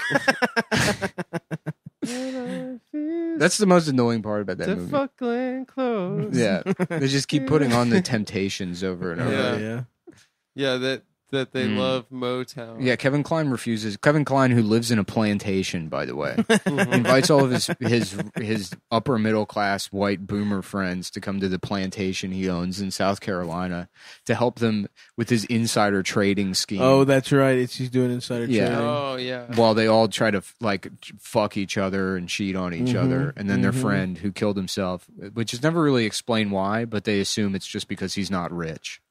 B: That's the most annoying part about that
C: to
B: movie.
C: fucking close.
B: Yeah, they just keep putting on the Temptations over and
A: Oh,
B: over.
C: Yeah.
B: Yeah,
C: Yeah, that that they
F: Hmm.
B: Mm.
C: love Motown.
B: Kevin Klein refuses. Kevin Klein, who lives in a plantation, by the way, invites all of his his his upper middle class white boomer friends to come to the plantation he owns in South Carolina to help them with his insider trading scheme.
A: Oh, that's right. It's he's doing insider
B: Yeah.
A: trading.
C: Oh yeah.
B: while they all try to like fuck each other and cheat on each other and then their friend who killed himself which is never really explained why but they assume it's just because he's not rich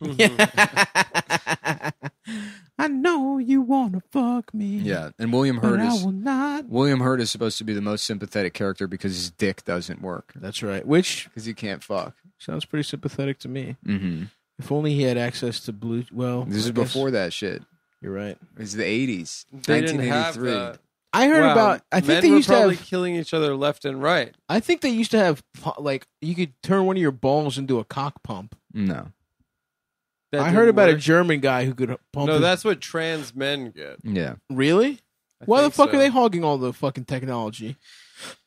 A: I know you wanna fuck me.
B: yeah and william
A: but
B: hurt
A: I
B: is
A: will not.
B: william hurt is supposed to be the most sympathetic character because his dick doesn't work
A: That's right. Which
B: because he can't fuck
A: sounds pretty sympathetic to me.
B: mm-hmm.
A: If only he had access to blue. Well,
B: this
A: I
B: is
A: guess
B: before that shit
A: You're right.
B: it's the 80s
C: They didn't have
B: 1983
C: that.
A: I heard
C: Wow,
A: about. I
C: men
A: think they
C: were
A: used to
C: probably
A: have.
C: killing each other left and right.
A: I think they used to have po- like you could turn one of your balls into a cock pump.
B: no
C: That
A: I heard
C: didn't
A: about a
C: work.
A: German guy who could pump.
C: No,
A: his-
C: that's what trans men get.
B: yeah
A: really.
C: I
A: Why the
C: think
A: fuck
C: so.
A: are they hogging all the fucking technology?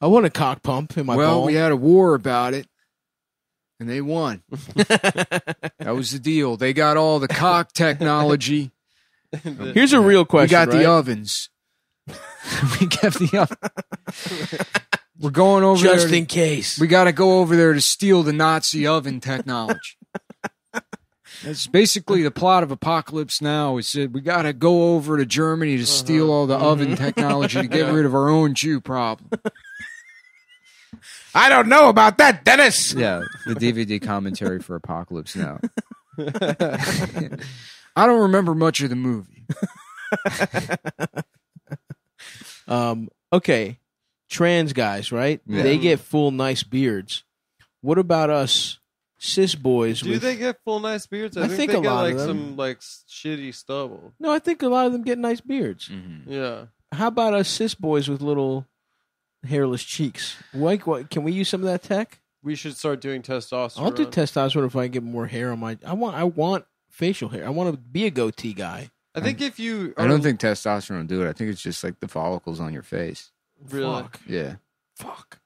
A: I want a cock pump in my
F: well,
A: ball.
F: we had a war about it, and they won. that was the deal. They got all the cock technology.
A: Here's a real question.
F: we got
A: right?
F: the ovens. we got the oven. We're going over
A: just
F: there. to-
A: in case.
F: we got to go over there to steal the Nazi oven technology. That's basically the plot of Apocalypse Now. Is that we got to go over to Germany
B: Uh-huh.
F: to steal all the
B: Mm-hmm.
F: oven technology to get rid of our own Jew problem.
A: I don't know about that, Dennis.
B: yeah the dvd commentary for apocalypse now
F: I don't remember much of the movie.
A: Um. Okay. Trans guys, right?
B: Yeah.
A: They get full nice beards. What about us, cis boys?
C: Do
A: with-
C: they get full nice beards? I,
A: I
C: think,
A: think
C: they
A: a
C: get
A: lot of them.
C: like some like s- shitty stubble.
A: No, I think a lot of them get nice beards.
C: Yeah.
A: How about us cis boys with little hairless cheeks? Like, what, can we use some of that tech?
C: We should start doing testosterone.
A: I'll do testosterone if I can get more hair on my. I want. I want facial hair. I want to be a goatee guy.
C: I think if you
B: i don't think testosterone will do it i think it's just like the follicles on your face
C: really
A: Fuck.
B: yeah
A: Fuck.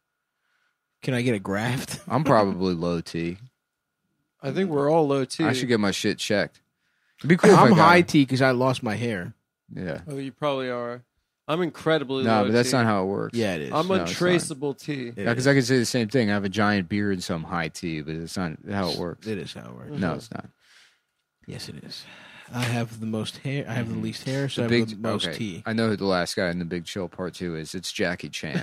A: Can I get a graft?
B: i'm probably low t
C: I think we're all low T.
B: I should get my shit checked. It'd be cool. if I
A: I'm
B: got
A: high
B: it.
A: T because I lost my hair.
B: Yeah.
C: Oh, you probably are. I'm incredibly
B: No,
C: low
B: but that's
C: T.
B: not how it works.
A: Yeah, it is.
C: I'm
B: no, it's not.
C: untraceable T.
A: It
B: Because
A: is.
B: I could say the same thing. I have a giant beard, so I'm high T, but it's not how it works.
A: It is how it works.
B: No, it's not.
A: Yes, it is. I have the most hair. I have the least hair, so I have
B: Mm. big
A: the most
B: okay.
A: tea.
B: I know who the last guy in the Big Chill Part Two is. It's Jackie Chan.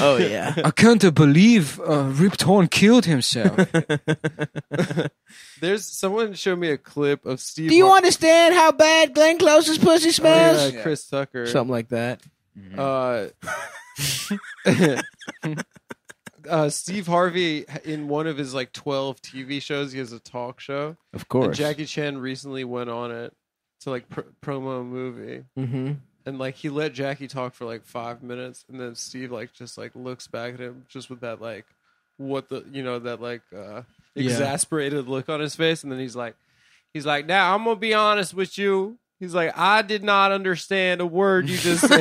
A: Oh yeah.
F: I can't believe uh, Rip Torn killed himself.
C: There's someone showed me a clip of Steve.
D: Do you
C: Har-
D: understand how bad Glenn Close's pussy
C: Oh, yeah,
D: smells?
C: Chris Tucker?
A: Something like that.
C: Uh,
A: Mm-hmm.
C: uh, Steve Harvey in one of his like twelve TV shows, he has a talk show.
A: Of
C: And Jackie Chan recently went on it to like pr- promo a movie,
A: hmm
C: and like he let Jackie talk for like five minutes, and then Steve like just like looks back at him just with that like what the you know that like uh
A: Yeah.
C: exasperated look on his face, and then he's like he's like now I'm gonna be honest with you. He's like, I did not understand a word you just said.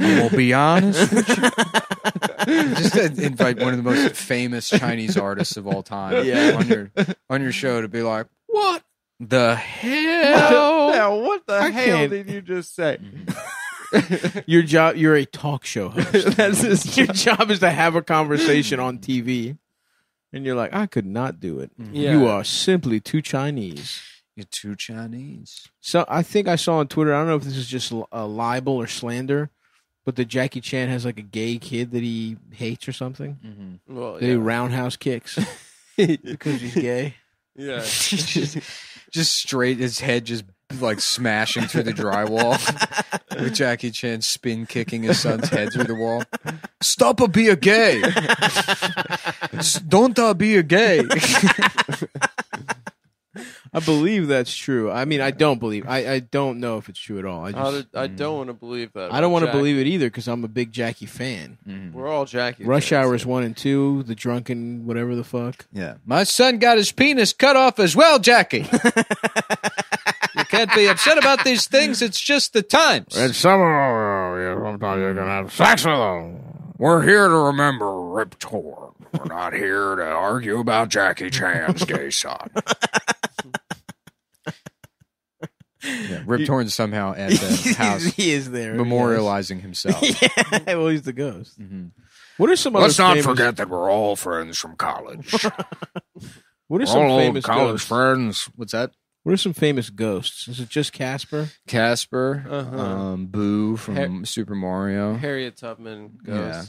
B: I'll be honest. With you. Just to invite one of the most famous Chinese artists of all time
A: Yeah.
B: on your on your show to be like,
A: What?
B: the hell?
C: now, what the
A: I
C: hell
A: can't-
C: did you just say?
A: Your job. You're a talk show host.
C: That's his
A: Your job is to have a conversation on TV, and you're like, I could not do it.
C: Mm. Yeah.
A: You are simply too Chinese.
B: You're too Chinese.
A: So I think I saw on Twitter. I don't know if this is just li- a libel or slander, but the Jackie Chan has like a gay kid that he hates or something.
C: Well,
A: They do roundhouse kicks
C: yeah.
A: because he's gay.
C: yeah.
B: just straight his head just like smashing through the drywall with Jackie Chan spin kicking his son's head through the wall. Stop a be a gay. S- Don't uh, be a gay.
A: I believe that's true. I mean, I don't believe. I, I don't know if it's true at all. I
C: How
A: just,
C: did, I don't want to believe that.
A: I don't want to
C: Jack-
A: believe it either because I'm a big Jackie fan.
C: We're all Jackie.
A: Rush
C: fans.
A: Hours one and two, the drunken whatever the fuck.
B: yeah, my son got his penis cut off as well, Jackie. you can't be upset about these things. It's just the times.
G: It's summer. yeah, Sometimes you can have sex with them.
F: We're here to remember Rip Torn. We're not here to argue about Jackie Chan's gay son.
B: Yeah, Rip Torn somehow at the house
A: he is there.
B: memorializing himself.
A: yeah, well, he's the ghost.
B: Mhm.
A: What are some?
F: Let's
A: other
F: not
A: famous-
F: forget that we're all friends from college.
A: What are
F: We're
A: some
F: all old
A: famous
F: college
A: ghosts?
F: friends.
B: What's that?
A: What are some famous ghosts? Is it just Casper?
B: Casper,
C: Uh-huh.
B: um, Boo from
C: Har-
B: Super Mario.
C: Harriet Tubman ghost.
B: Yeah.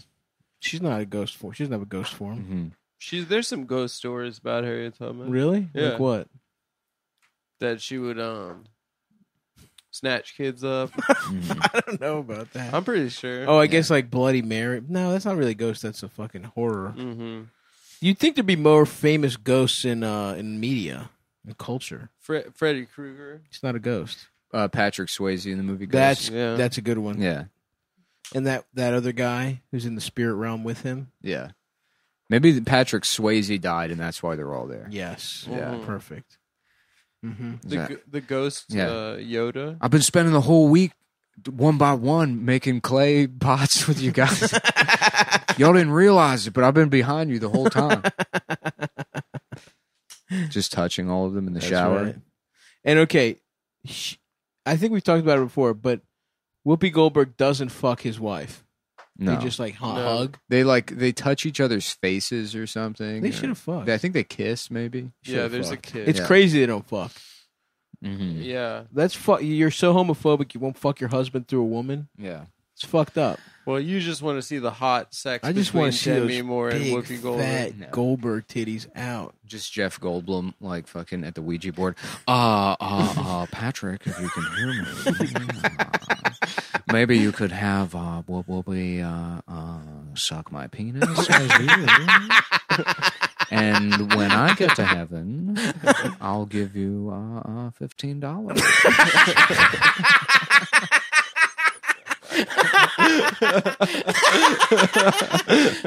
A: She's not a ghost form. She doesn't have a ghost form.
B: Mhm.
C: She's there's some ghost stories about Harriet Tubman
A: Really?
C: Yeah.
A: Like what?
C: that she would um snatch kids up.
A: I don't know about that.
C: I'm pretty sure.
A: Oh, I guess like Bloody Mary. No, that's not really a ghost. That's a fucking horror.
F: Mm.
C: Mm-hmm.
A: You'd think there'd be more famous ghosts in uh in media and culture.
C: Fre- Freddy Krueger.
A: It's not a ghost.
B: Uh, Patrick Swayze in the movie. Ghost.
A: That's
C: Yeah.
A: that's a good one.
B: yeah,
A: And that that other guy who's in the spirit realm with him.
B: yeah. Maybe the- Patrick Swayze died, and that's why they're all there.
A: Yes.
C: Yeah. Mhm.
A: Perfect. hmm
C: The,
B: Yeah.
C: g- the ghost
B: Yeah.
C: uh, Yoda.
B: I've been spending the whole week one by one making clay pots with you guys. Y'all didn't realize it, but I've been behind you the whole time. Just touching all of them in the
A: That's
B: shower.
A: right. And okay, sh- I think we've talked about it before, but Whoopi Goldberg doesn't fuck his wife.
B: No,
A: They just like hu-
C: No.
A: hug.
B: they like they touch each other's faces or something.
A: They
B: or-
A: should have fucked.
B: I think they kiss maybe.
C: Yeah, there's a kid.
A: it's
B: Yeah.
A: crazy they don't fuck.
B: Mm-hmm.
C: yeah.
A: That's fu- You're so homophobic. You won't fuck your husband through a woman.
B: Yeah.
A: It's fucked up.
C: Well, you just want to see the hot sex.
A: I just
C: want
A: want to see
C: Demi
A: those
C: Moore and
A: big,
C: Whoopi Goldberg.
A: fat
B: No.
A: Goldberg titties out.
B: Just Jeff Goldblum, like fucking at the Ouija board. Uh, uh, uh, Patrick, if you can hear me, uh, maybe you could have uh, what will be uh, uh, suck my penis as you. And when I get to heaven, I'll give you uh, uh, fifteen dollars.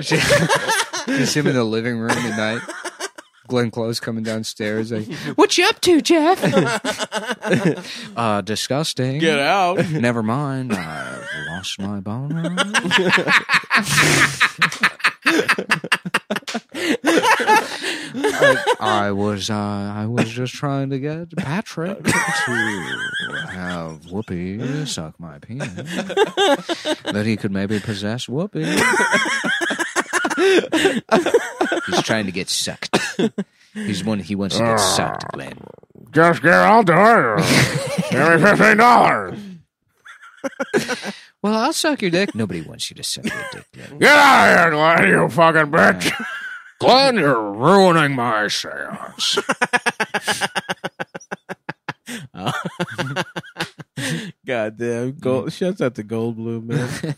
B: Just him in the living room at night. Glenn Close coming downstairs. Like, what you up to, Jeff? uh, disgusting.
A: Get out.
B: Never mind. I lost my boner. I, I was uh, I was just trying to get Patrick to have Whoopi suck my penis. that he could maybe possess Whoopi. He's trying to get sucked. He's one. He wants to get sucked, Glenn.
G: Just get out there. Give me fifteen dollars.
B: Well, I'll suck your dick. Nobody wants you to suck your dick, Glenn.
G: Get out of here, Glenn, you fucking bitch.
F: Glenn, you're ruining my seance.
A: Goddamn. Gold. Shouts out to Goldblum, man.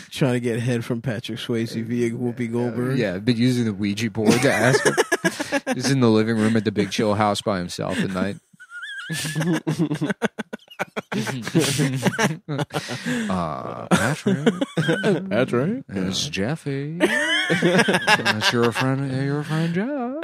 A: Trying to get head from Patrick Swayze via Whoopi Goldberg.
B: Yeah, been using the Ouija board to ask him. He's in the living room at the Big Chill House by himself at night. uh, Patrick,
A: That's right.
B: it's Jeffy. That's your friend, uh, your friend Jeff.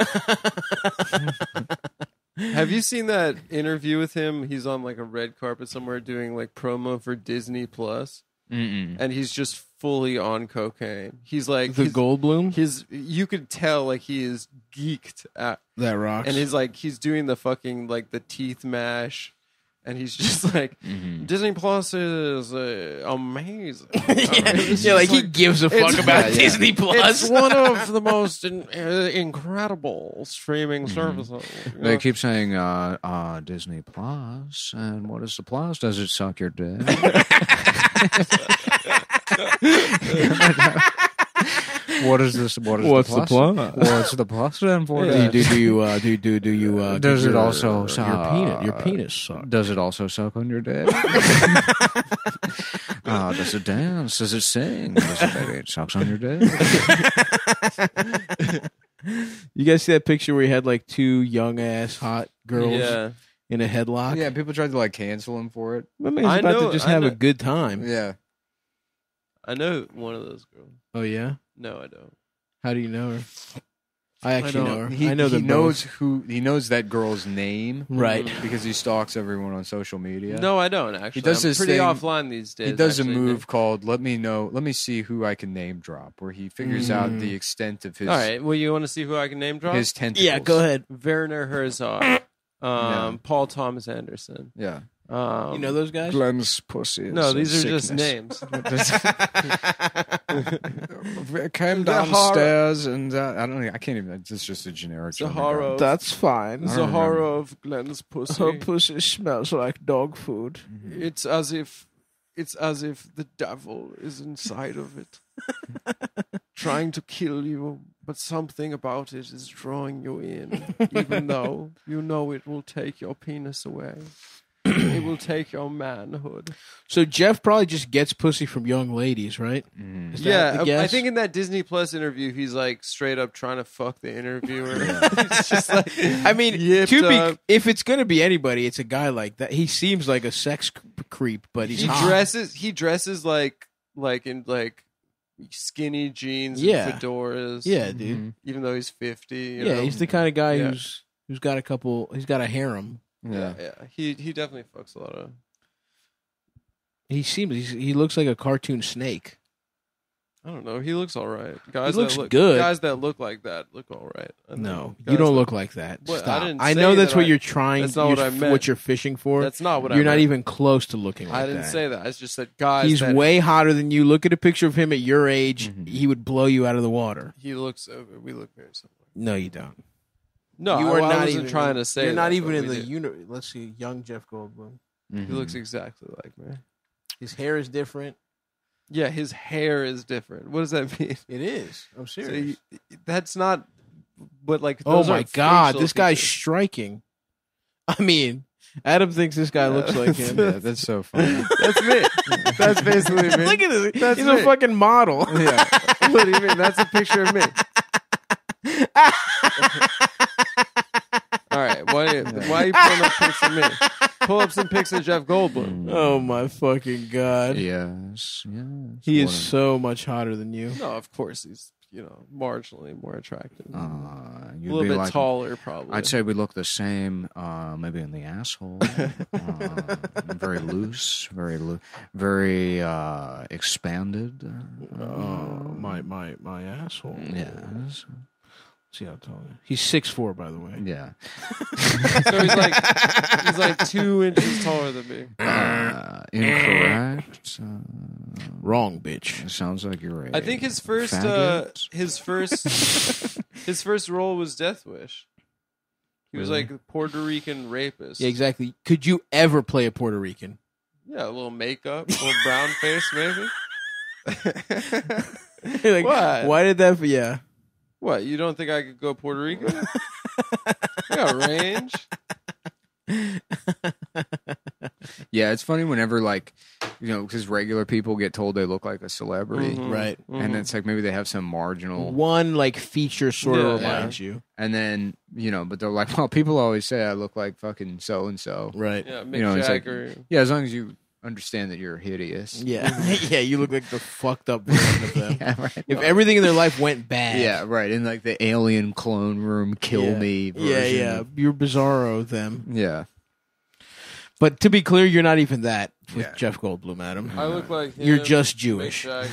C: Have you seen that interview with him? He's on like a red carpet somewhere doing like promo for Disney Plus,
B: Mm-mm.
C: and he's just fully on cocaine. He's like
A: The
C: his,
A: Goldblum?
C: his you could tell like he is geeked out,
A: That rocks.
C: and he's like he's doing the fucking like the teeth mash, and he's just like Disney Plus is uh, amazing.
A: yeah, like, he gives a fuck about
B: yeah, yeah.
A: Disney
C: It's
A: Plus.
C: one of the most in, uh, incredible streaming
B: Mm-hmm.
C: services. you know?
B: They keep saying uh, uh, Disney Plus, and what is the plus? Does it suck your dick?
E: what is this? What is
A: What's
E: the
A: the
E: plus?
A: plot?
E: What's the plus then for
A: Do you
E: this?
A: do, do you uh, do do do you uh,
E: Does
A: do
E: it
A: your-
E: also
A: your Uh,
E: suck?
A: penis your penis suck?
E: Does it also suck on your dick? uh, does it dance? Does it sing? Does it, maybe it sucks on your dick?
A: You guys see that picture where he had like two young ass hot girls
C: Yeah.
A: in a headlock?
B: Yeah, people tried to like cancel him for it.
A: my man's
C: I
A: about
C: know-
A: to just
C: I
A: have a
C: know.
A: good time.
B: Yeah,
C: I know one of those girls.
A: Oh yeah,
C: No, I don't.
A: how do you know her? I actually know her.
B: He,
A: I know
B: he
A: them
B: knows who he knows that girl's name
A: both. right.
B: because he stalks everyone on social media.
C: No, I don't actually.
B: does
C: I'm
B: this
C: pretty
B: thing-
C: offline these days.
B: he does
C: actually.
B: a move called "Let me know, let me see who I can name drop," where he figures
A: Mm.
B: out the extent of his
C: All right. Well, you want to see who I can name drop?
B: his tentacles.
A: Yeah, go ahead.
C: Werner Herzog, um, Paul Thomas Anderson.
B: Yeah,
C: Um,
A: You know those guys?
E: Glenn's pussy.
C: No, these are just names.
E: I came
C: Zahara-
E: downstairs and
B: Uh, I don't. I can't even. It's just a generic.
C: Zahara.
B: Zahara.
C: of-
A: That's fine.
B: don't remember. Oh,
C: Zahara of Glenn's pussy.
A: pussy smells like dog food.
C: It's as if, it's as if the devil is inside of it, trying to kill you. But something about it is drawing you in, even though you know it will take your penis away. it will take your manhood.
A: So Jeff probably just gets pussy from young ladies, right?
B: mm,
A: Is that
C: yeah, um,
A: the
C: I- I
A: guess?
C: think in that Disney Plus interview, he's like straight up trying to fuck the interviewer. He's just like,
A: I mean,
C: yipped
A: to be,
C: up.
A: if it's gonna be anybody, it's a guy like that. He seems like a sex c- creep, but he's
C: he
A: hot.
C: dresses he dresses like like in like skinny jeans
A: Yeah.
C: and fedoras
A: yeah, dude.
C: even though he's 50 you
A: Mm-hmm. yeah,
C: know?
A: he's the kind of guy
C: Yeah.
A: who's who's got a couple. He's got a harem.
B: Yeah.
C: yeah he he definitely fucks a lot of
A: He seems he's, he looks like a cartoon snake.
C: i don't know he looks all right guys
A: looks
C: that look
A: good.
C: guys that look like that look all right I think
A: No,
C: guys
A: you don't
C: that-
A: look like that.
C: What? I
A: Stop. I,
C: didn't say
A: know that's
C: that
A: what
C: I-
A: you're trying.
C: that's not
A: you're,
C: what I
A: f-
C: meant.
A: you're fishing for.
C: that's not what
A: you're
C: I
A: not
C: meant.
A: even close to looking like
C: i didn't
A: that.
C: say that i just said Mm-hmm. guys
A: He's
C: that
A: way hotter than you. Look at a picture of him at your age. He would blow you out of the water.
C: he looks uh, we look very similar
A: No, you don't.
C: no
A: you
C: I, I wasn't trying to say
A: You're not
C: that,
A: even
C: but
A: in
C: we
A: the Mm-hmm.
C: did.
A: unit. Let's see, young Jeff Goldblum.
C: he
B: Mm-hmm.
C: looks exactly like me
A: His hair is different.
C: yeah his hair is different what does that mean
A: It is. I'm
C: So
A: serious.
C: you- that's not but like
A: Oh
C: those
A: my
C: aren't
A: god,
C: facial
A: this guy's
C: features.
A: striking. I mean, Adam thinks this guy looks like him.
B: Yeah, that's so funny.
C: That's me. That's basically me.
A: Look at this.
C: That's
A: He's
C: me.
A: a fucking model.
C: yeah. What do you mean? That's a picture of me. All right. Why, why are you pulling up pics of me? Pull up some pics of Jeff
E: Mm.
C: Goldblum.
A: Oh my fucking god.
E: yes, yes.
A: He is so much hotter than you.
C: No, of course he's, you know, marginally more attractive.
E: Uh,
C: a
E: you'd
C: little
E: be
C: bit
E: like,
C: taller, probably.
E: I'd say we look the same, uh, maybe in the asshole. uh, very loose, very loo- very uh, expanded.
B: Oh,
E: Uh,
A: my my my asshole.
E: yes,
A: See how tall he is. He's six four, by the way.
E: yeah.
C: so he's like he's like two inches taller than me.
E: Uh, incorrect.
A: Wrong, bitch.
E: Uh, sounds like you're. I
C: I think his first uh, his first his first role was Death Wish. He was like a Puerto Rican rapist.
A: Yeah, exactly. Could you ever play a Puerto Rican?
C: Yeah, a little makeup, a little brown face, maybe.
A: like,
C: What?
A: Why did that? Yeah.
C: What? You don't think I could go Puerto Rico? I got range.
B: yeah, it's funny whenever like you know because regular people get told they look like a celebrity,
C: Mm-hmm. Mm.
A: Right.
B: and it's like maybe they have some marginal
A: One like feature sort
C: Yeah.
A: of reminds you.
C: Mm-hmm.
B: And then, you know, but they're like, well, people always say I look like fucking so and so.
A: Right.
C: Yeah, Mick
B: You know, it's like-
C: Jagger.
B: Yeah, as long as you understand that you're hideous.
A: Yeah. yeah, you look like the fucked up version of them.
B: Yeah, right.
A: If everything in their life went bad.
B: Yeah, right. In like the alien clone room, kill
A: Yeah.
B: me
A: Yeah,
B: version.
A: yeah.
B: of-
A: You're bizarro them.
B: Yeah.
A: But to be clear, you're not even that with
B: Yeah.
A: Jeff Goldblum, Adam.
C: I look like him,
A: uh, You're just
C: Mick
A: Jewish.
C: Jagger.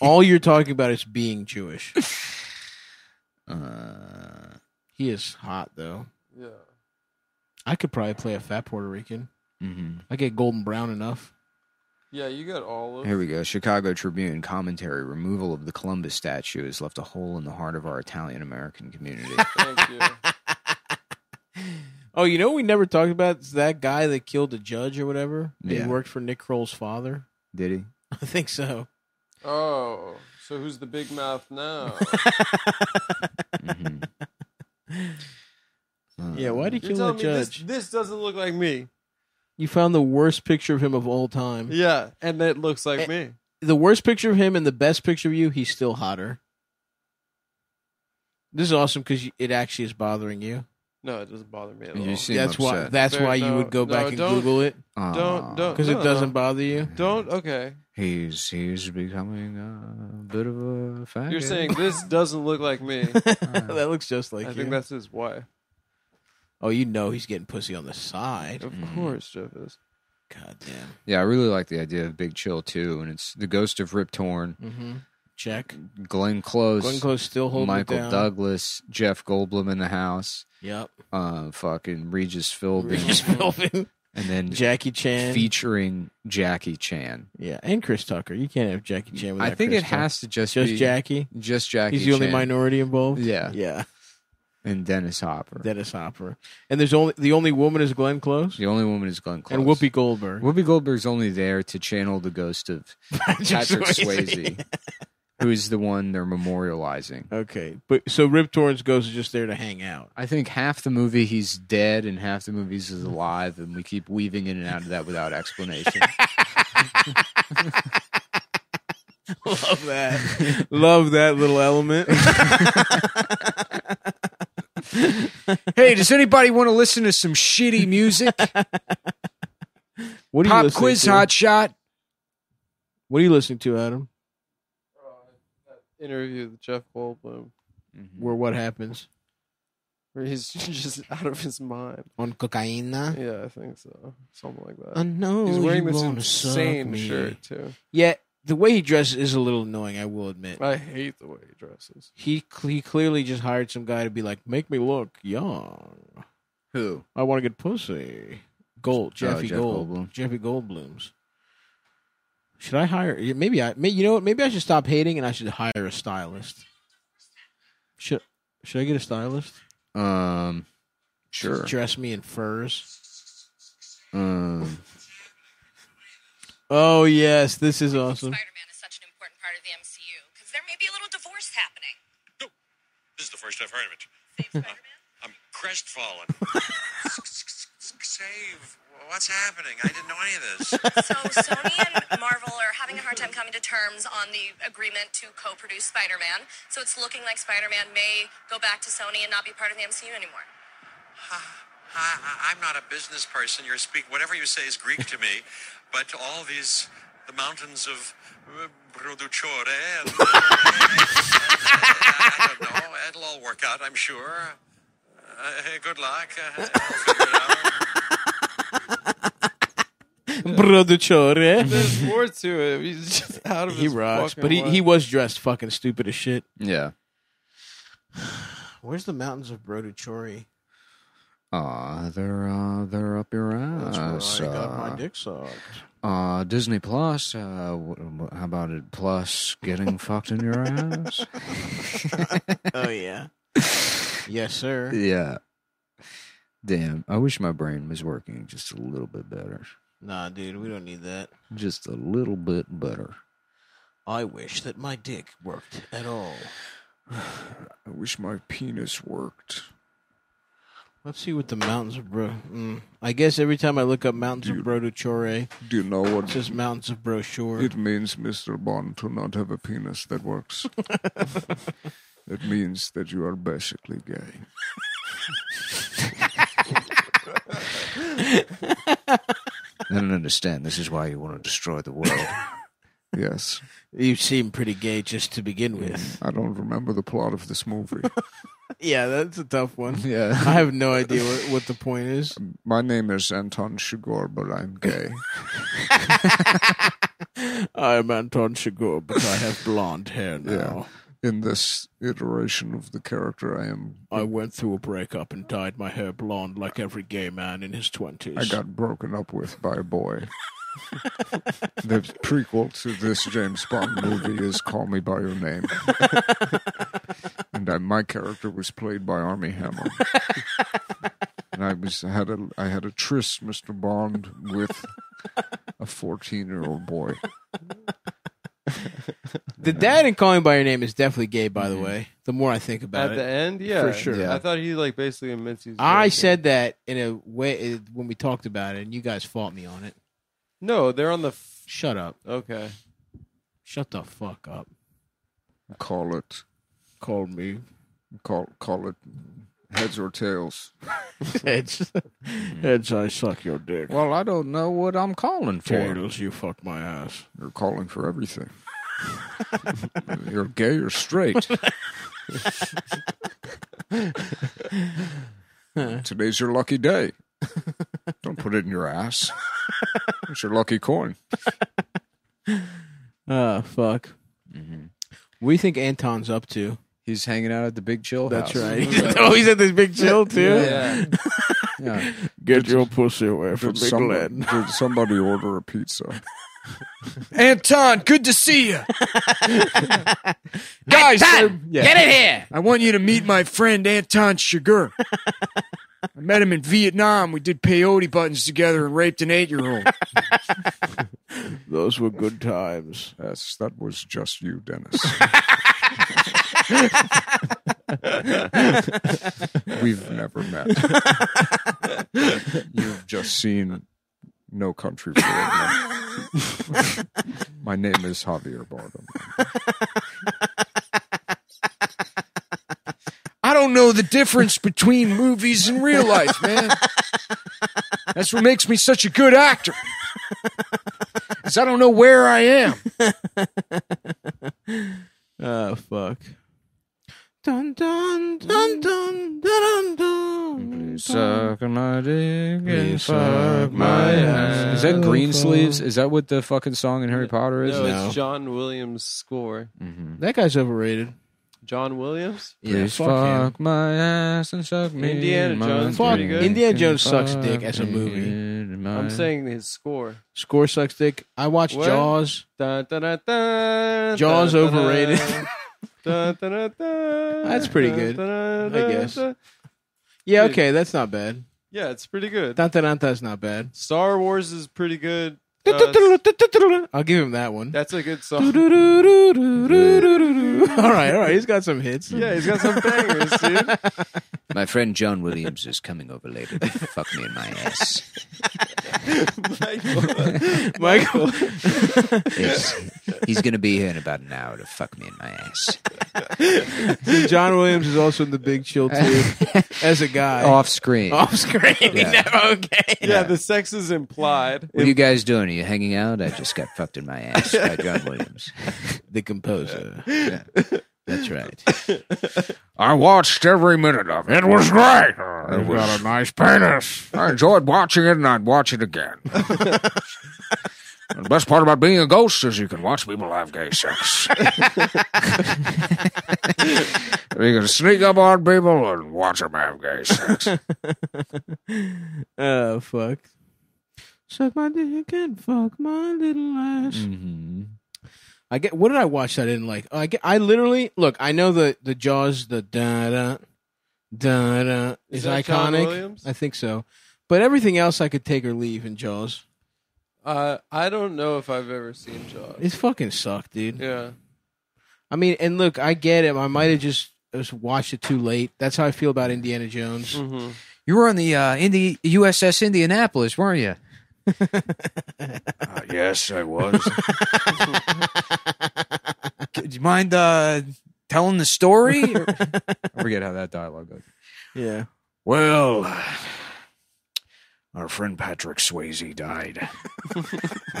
A: All you're talking about is being Jewish.
B: Uh,
A: He is hot though.
C: Yeah.
A: I could probably play a fat Puerto Rican.
B: mhm.
A: I get golden brown enough.
C: Yeah, you got all of
B: Here we go. Chicago Tribune commentary removal of the Columbus statue has left a hole in the heart of our Italian American community.
C: Thank you.
A: Oh, you know what we never talked about is that guy that killed the judge or whatever. He
B: Yeah.
A: worked for Nick Kroll's father.
B: Did he?
A: I think so.
C: Oh. So who's the big mouth now?
B: Uh,
A: Yeah, why did you kill
C: You're telling
A: the
C: me this,
A: judge?
C: this doesn't look like me.
A: You found the worst picture of him of all time.
C: Yeah, and it looks like
A: Mm-hmm. Eh.
C: me.
A: The worst picture of him and the best picture of you, he's still hotter. This is awesome because it actually is bothering you.
C: No, it doesn't bother me at all.
B: You seem
A: that's why.
B: upset.
A: That's
C: Fair,
A: why you
C: no,
A: would go
C: no,
A: back and
C: don't-
A: Google it
B: Aw.
C: don't- don't-
A: because
C: No,
A: it
C: no.
A: doesn't bother you.
C: Don't okay.
B: He's he's becoming a bit of a faggot.
C: You're saying this doesn't look like me.
B: Uh.
A: that looks just like
C: I
A: you.
C: think that's his wife.
A: oh, you know he's getting pussy on the side.
C: Of course, Jeff is.
A: God damn.
B: Yeah, I really like the idea of Big Chill too, and it's the ghost of Rip Torn,
A: Mm-hmm. Check.
B: Glenn Close,
A: Glenn Close still holding it
B: Michael
A: down.
B: Douglas, Jeff Goldblum in the house,
A: Yep.
B: uh, fucking Regis Philbin,
A: Regis Philbin.
B: and then
A: Jackie Chan.
B: featuring Jackie Chan.
A: Yeah, and Chris Tucker. You can't have Jackie Chan. Without
B: I think
A: Chris
B: it has to just
A: Tucker. just
B: be
A: Jackie.
B: just Jackie.
A: He's the only
B: Chan
A: minority involved.
B: Yeah.
A: yeah.
B: and Dennis Hopper.
A: Dennis Hopper, and there's only the only woman is Glenn Close,
B: the only woman is Glenn Close
A: and Whoopi Goldberg.
B: Whoopi Goldberg's only there to channel the ghost of Patrick Swayze, who is the one they're memorializing.
A: Okay, but so Rip Torrance goes is just there to hang out.
B: I think half the movie he's dead and half the movie he's alive, and we keep weaving in and out of that without explanation.
A: Love that. Love that little element.
B: hey, does anybody want to listen to some shitty music?
A: What are you
F: Pop
A: listening
F: quiz,
A: to?
F: hot shot.
A: What are you listening to, Adam?
C: Interview with Jeff Goldblum,
A: Where what happens
C: where he's just out of his mind.
A: on cocaine?
C: Yeah, I think so. Something like
A: Uh, I
C: that.
A: know
C: He's wearing
A: you
C: this
A: wanna suck
C: insane
A: me.
C: shirt too.
A: Yeah, the way he dresses is a little annoying. I will admit.
C: I hate the way he dresses.
A: He he clearly just hired some guy to be like, make me look young.
B: Who?
A: I want to get pussy. Gold, Jeffy
B: Jeff
A: Gold,
B: Goldblum.
A: Jeffy Goldblum's. Should I hire? yeah, Maybe I. May, you know what? Maybe I should stop hating and I should hire a stylist. Should Should I get a stylist?
B: Um,
A: Just
B: sure.
A: Dress me in furs.
B: Um,
A: Oh yes, this is awesome.
H: Spider-Man is such an important part of the MCU because there may be a little divorce happening.
I: This is the first I've heard of it.
H: Save Spider-Man.
I: I'm crestfallen. Save. What's happening? I didn't know any of this.
H: so Sony and Marvel are having a hard time coming to terms on the agreement to co-produce Spider-Man. So it's looking like Spider-Man may go back to Sony and not be part of the MCU anymore.
I: I, I, I'm not a business person. You're speak. Whatever you say is Greek to me. But all these, the mountains of uh, Produtore and. uh, and, uh, I don't know. It'll all work out, I'm sure. Uh, hey, good luck. Uh, I'll figure it out.
A: Brother Chore.
C: There's more to it. He's just out of
A: He
C: his
A: rocks,
C: fucking
A: but he,
C: mind.
A: he was dressed fucking stupid as shit.
B: yeah.
A: Where's the mountains of Brodichori?
B: Aw, they're uh, they're up your ass. uh,
A: dick sucked.
B: uh, Disney Plus. Uh, wh- wh- how about it? Plus, getting fucked in your ass.
A: Oh yeah. yes, sir.
B: Yeah. Damn. I wish my brain was working just a little bit better.
A: Nah, dude, we don't need that.
B: Just a little bit better.
A: I wish that my dick worked at all.
B: I wish my penis worked.
A: Let's see what the mountains of bro. Mm. I guess every time I look up mountains of Brodochore,
J: Do you know
A: it
J: what
A: says mountains of brochure.
J: it means, Mr. Bond, to not have a penis that works? it means that you are basically gay.
B: I don't understand. This is why you want to destroy the world.
J: Yes.
A: You seem pretty gay just to begin with.
J: I don't remember the plot of this movie.
A: Yeah, that's a tough one. I
B: yeah.
A: have no idea what, what the point is.
J: my name is Anton Chigurh, but I'm gay.
A: I'm Anton Chigurh, but I have blonde hair now.
J: In this iteration of the character, I am.
A: I went through a breakup and dyed my hair blonde like every gay man in his 20s.
J: I got broken up with by a boy. the prequel to this James Bond movie is Call Me By Your Name. and I, my character was played by Army Hammer. and I was I had a I had a tryst, Mr. Bond, with a fourteen year old boy.
A: The dad in Call Me by Your Name is definitely gay, by
J: Mm-hmm.
A: the way. The more I think about
C: At
A: it,
C: the end, yeah,
A: for sure.
C: I thought he like basically admits he's.
A: I
C: gay.
A: said that in a way uh, when we talked about it, and you guys fought me on it.
C: no. They're on the. F-
A: Shut up!
C: okay.
A: Shut the fuck up!
J: Call it.
A: Called me.
J: Call call it heads or tails.
A: Heads, heads, I suck your dick.
B: Well, I don't know what I'm calling for.
A: Tails, you fuck my ass.
J: You're calling for everything. You're gay or straight. Today's your lucky day. Don't put it in your ass. It's your lucky coin.
A: Ah, fuck.
J: Mm-hmm.
A: We think Anton's up to.
B: He's hanging out at the Big Chill
A: That's
B: House.
A: right. oh, he's at this big chill too.
C: Yeah.
B: Yeah.
A: Get your pussy away
J: Did, some- did somebody order a pizza?
F: Anton, good to see you. Guys, I- yeah.
A: Get in here.
F: I want you to meet my friend Anton Chigurh. I met him in Vietnam. We did peyote buttons together and raped an eight year old.
A: Those were good times.
J: Yes, that was just you, Dennis. We've never met. You've just seen No Country for Old Men. My name is Javier Bardem.
F: I don't know the difference between movies and real life, man. That's what makes me such a good actor. Because I don't know where I am.
A: Oh fuck. Dun dun dun dun dun dun dun.
E: Suck my dick and
A: Please
E: suck
A: suck my
E: my ass.
B: Is that Green Sleeves? Is that what the fucking song in Harry Potter is?
C: No,
A: No.
C: it's John Williams' score.
A: That guy's overrated.
C: John Williams.
B: Please fuck my ass and suck me.
C: Indiana
B: in my
C: Jones
B: dick
C: pretty good.
B: and
A: Indiana Jones
B: fuck
A: sucks dick as a
B: me
A: movie.
B: in my-
C: I'm saying his score.
A: Score sucks dick. I watched
C: What?
A: Jaws.
C: Da, da, da, da,
A: Jaws
C: da, da, da,
A: overrated.
C: da, da, da, da,
A: That's pretty
C: da,
A: good,
C: da, da,
A: I guess.
C: da.
A: Yeah,
C: Dude.
A: okay, that's not bad.
C: Yeah, it's pretty good.
A: Dun dun dun dun's not bad.
C: Star Wars is pretty good. Uh,
A: I'll give him that one.
C: that's a good
A: Doo doo
C: song.
A: doo doo doo doo doo doo. All right, all right. He's got some hits.
C: Yeah, he's got some bangers, dude.
E: My friend John Williams is coming over later to fuck me in my ass.
A: Michael.
E: Yes. He's going to be here in about an hour to fuck me in my ass.
A: John Williams is also in the Big Chill too, as a guy.
E: Off screen.
B: Oh.
A: Off screen. okay.
C: Yeah, the sex is implied.
E: What are you guys doing? Are you hanging out? I just got fucked in my ass by John Williams.
A: The composer. That's right.
J: I watched every minute of it.
G: It was great. You've got a nice penis.
J: I enjoyed watching it, and I'd watch it again. the best part about being a ghost is you can watch people have gay sex. you can sneak up on people and watch them have gay sex. Uh,
A: Oh fuck. Suck my dick and fuck my little ass. Mm-hmm. I get. What did I watch that I didn't like? Oh, I get. I literally look. I know the the Jaws. The da da da da
C: Is
A: is,
C: that
A: iconic.
C: John Williams?
A: I think so. But everything else, I could take or leave in Jaws.
C: Uh, I don't know if I've ever seen Jaws.
A: It fucking sucked, dude.
C: Yeah.
A: I mean, and look, I get it. I might have just, just watched it too late. That's how I feel about Indiana Jones.
C: hmm
B: You were on the uh, Indi- USS Indianapolis, weren't you?
J: Uh, yes, I was.
B: Do you mind uh, telling the story? I forget how that dialogue goes.
A: Yeah.
J: Well, our friend Patrick Swayze died.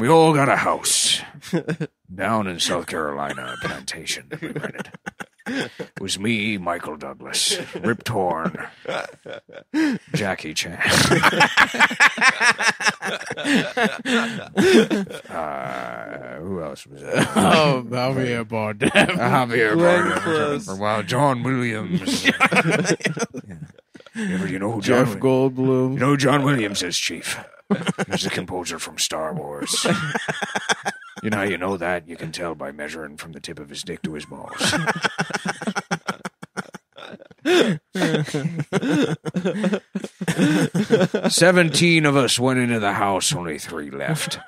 J: we all got a house down in South Carolina, a plantation that we rented. It was me, Michael Douglas, Rip Torn, Jackie Chan. uh, who else was there?
A: Oh, Javier Bardem.
J: Javier
C: Glenn
J: Bardem.
C: Close.
J: Or, Wow, John Williams. Yeah. You know who John
A: Jeff
J: Wi-
A: Goldblum.
J: you know who John Williams is, Chief? He's the composer from Star Wars. You know how you know that? You can tell by measuring from the tip of his dick to his balls. Seventeen of us went into the house, only three left.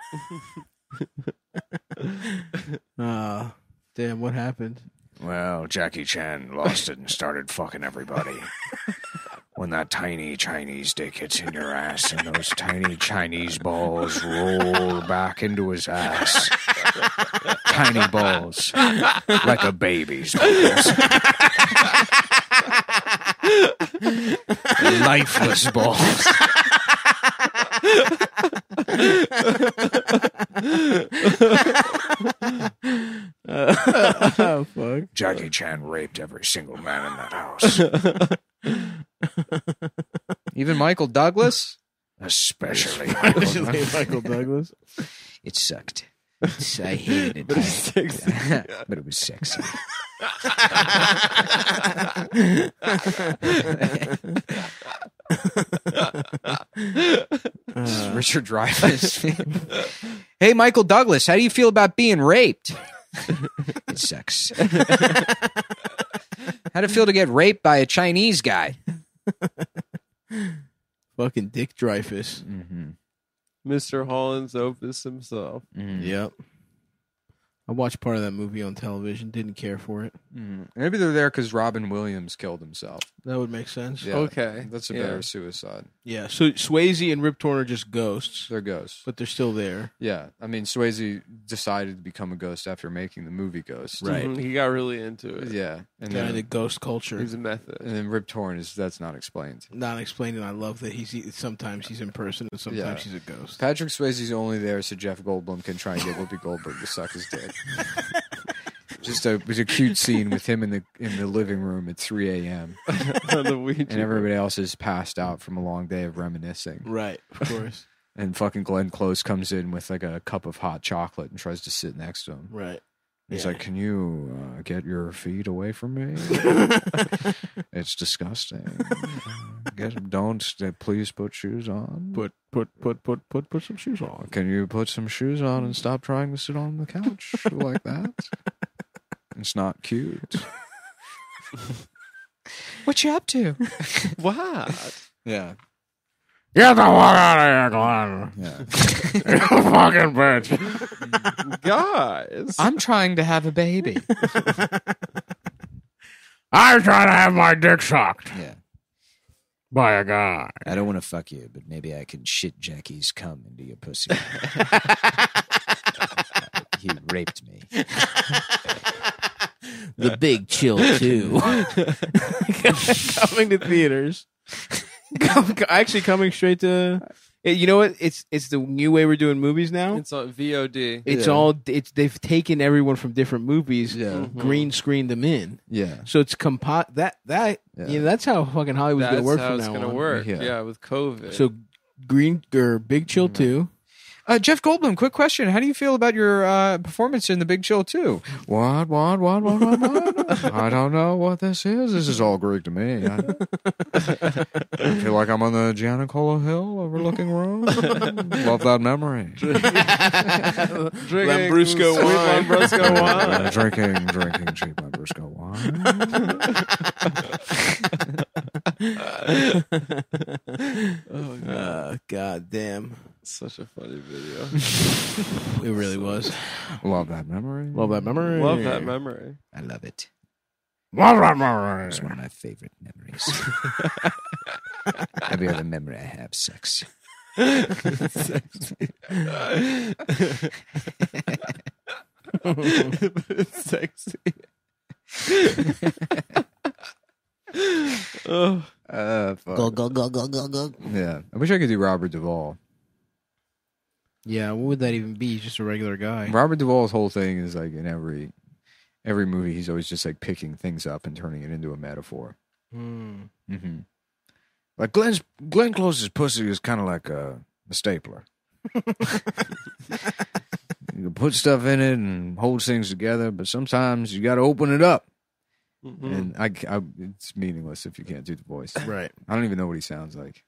A: Ah, Damn, what happened?
J: Well, Jackie Chan lost it and started fucking everybody. when that tiny Chinese dick hits in your ass and those tiny Chinese balls roll back into his ass. tiny balls. Like a baby's balls. Lifeless balls.
A: oh, fuck.
J: Jackie Chan raped every single man in that house.
B: Even Michael Douglas.
J: Especially
A: Especially Michael Douglas.
J: It sucked. It's- I hated it. but it was sexy. but it was sexy.
B: This is
A: Uh,
B: Richard Dreyfuss. hey, Michael Douglas, how do you feel about being raped?
J: It sucks.
B: How'd it feel to get raped by a Chinese guy?
A: Fucking Dick Dreyfus.
B: Mm-hmm.
C: Mr. Holland's Opus himself.
A: Yep. I watched part of that movie on television. Didn't care for it.
B: Mm-hmm. Maybe they're there because Robin Williams killed himself.
A: That would make sense.
B: Yeah,
C: Okay.
B: That's a
C: yeah.
B: better suicide.
A: Yeah. So Swayze and Rip Torn are just ghosts,
B: They're ghosts.
A: but they're still there.
B: Yeah. I mean, Swayze decided to become a ghost after making the movie Ghost.
A: Right.
C: Mhm, He got really into it.
B: Yeah. And
A: Kind of the
B: then,
A: ghost culture.
C: He's a method.
B: and then Rip Torn is that's not explained.
A: Not explained, and I love that he's sometimes he's in person and sometimes he's a ghost.
B: Patrick Swayze's only there so Jeff Goldblum can try and get Whoopi Goldberg to suck his dick. Just a it was a cute scene with him in the in the living room at 3 a.m.
C: On the Ouija
B: and everybody else is passed out from a long day of reminiscing.
A: Right, of course.
B: And fucking Glenn Close comes in with like a cup of hot chocolate and tries to sit next to him.
A: right.
B: He's
A: Yeah.
B: like, "Can you uh, get your feet away from me? it's disgusting. Get, don't uh, please put shoes on.
A: Put put put put put put some shoes on.
B: Can you put some shoes on and stop trying to sit on the couch like that? It's not cute. what you up to?
C: What?
B: Yeah.
G: Get the fuck out of
B: Yeah.
G: here, Glenn. you fucking bitch.
C: Guys.
B: I'm trying to have a baby.
G: I'm trying to have my dick sucked
J: Yeah.
G: by a guy.
J: I don't want to fuck you, but maybe I can shit Jackie's cum into your pussy. he raped me.
D: The big chill too.
A: coming to theaters. Come- actually, coming straight to. eh, You know what? It's it's the new way we're doing movies now.
C: It's on VOD.
A: It's
B: Yeah.
A: all it's they've taken everyone from different movies,
B: Yeah.
C: Mm-hmm.
A: green screened them in.
B: Yeah.
A: So it's compo- that that
B: Yeah.
A: you know that's how fucking Hollywood's
C: That's
A: gonna work
C: how
A: from
C: it's
A: now
C: gonna
A: on.
C: work.
B: Yeah.
C: Yeah. with COVID.
A: So green or Big Chill Two.
B: Uh, Jeff Goldblum, quick question. How do you feel about your uh, performance in The Big Chill 2? What, what, what, what, what, what? I don't know what this is. This is all Greek to me. I, I feel like I'm on the Giannicola Hill overlooking Rome. Love that memory.
C: Drinking
A: Lambrusco
C: sweet
A: wine.
C: Lambrusco wine.
B: Uh, drinking, drinking cheap Lambrusco wine.
A: Oh god. damn!
C: Such a funny video.
A: It really was.
B: Love that memory.
A: Love that memory.
C: Love that memory.
J: I love it.
G: Love that memory.
J: It's one of my favorite memories. Every other memory I have, sex.
C: it's sexy. oh,
B: Uh, fuck.
D: Go go go go go go.
B: Yeah. I wish I could do Robert Duvall.
A: Yeah, what would that even be? He's Just a regular guy.
B: Robert Duvall's whole thing is like in every every movie, he's always just like picking things up and turning it into a metaphor. Mm-hmm.
J: Like Glenn's Glenn Close's pussy is kind of like a, a stapler. you can put stuff in it and hold things together, but sometimes you got to open it up.
A: Mm-hmm.
B: And I, c- I- it's meaningless if you can't do the voice.
A: Right.
B: I don't even know what he sounds like.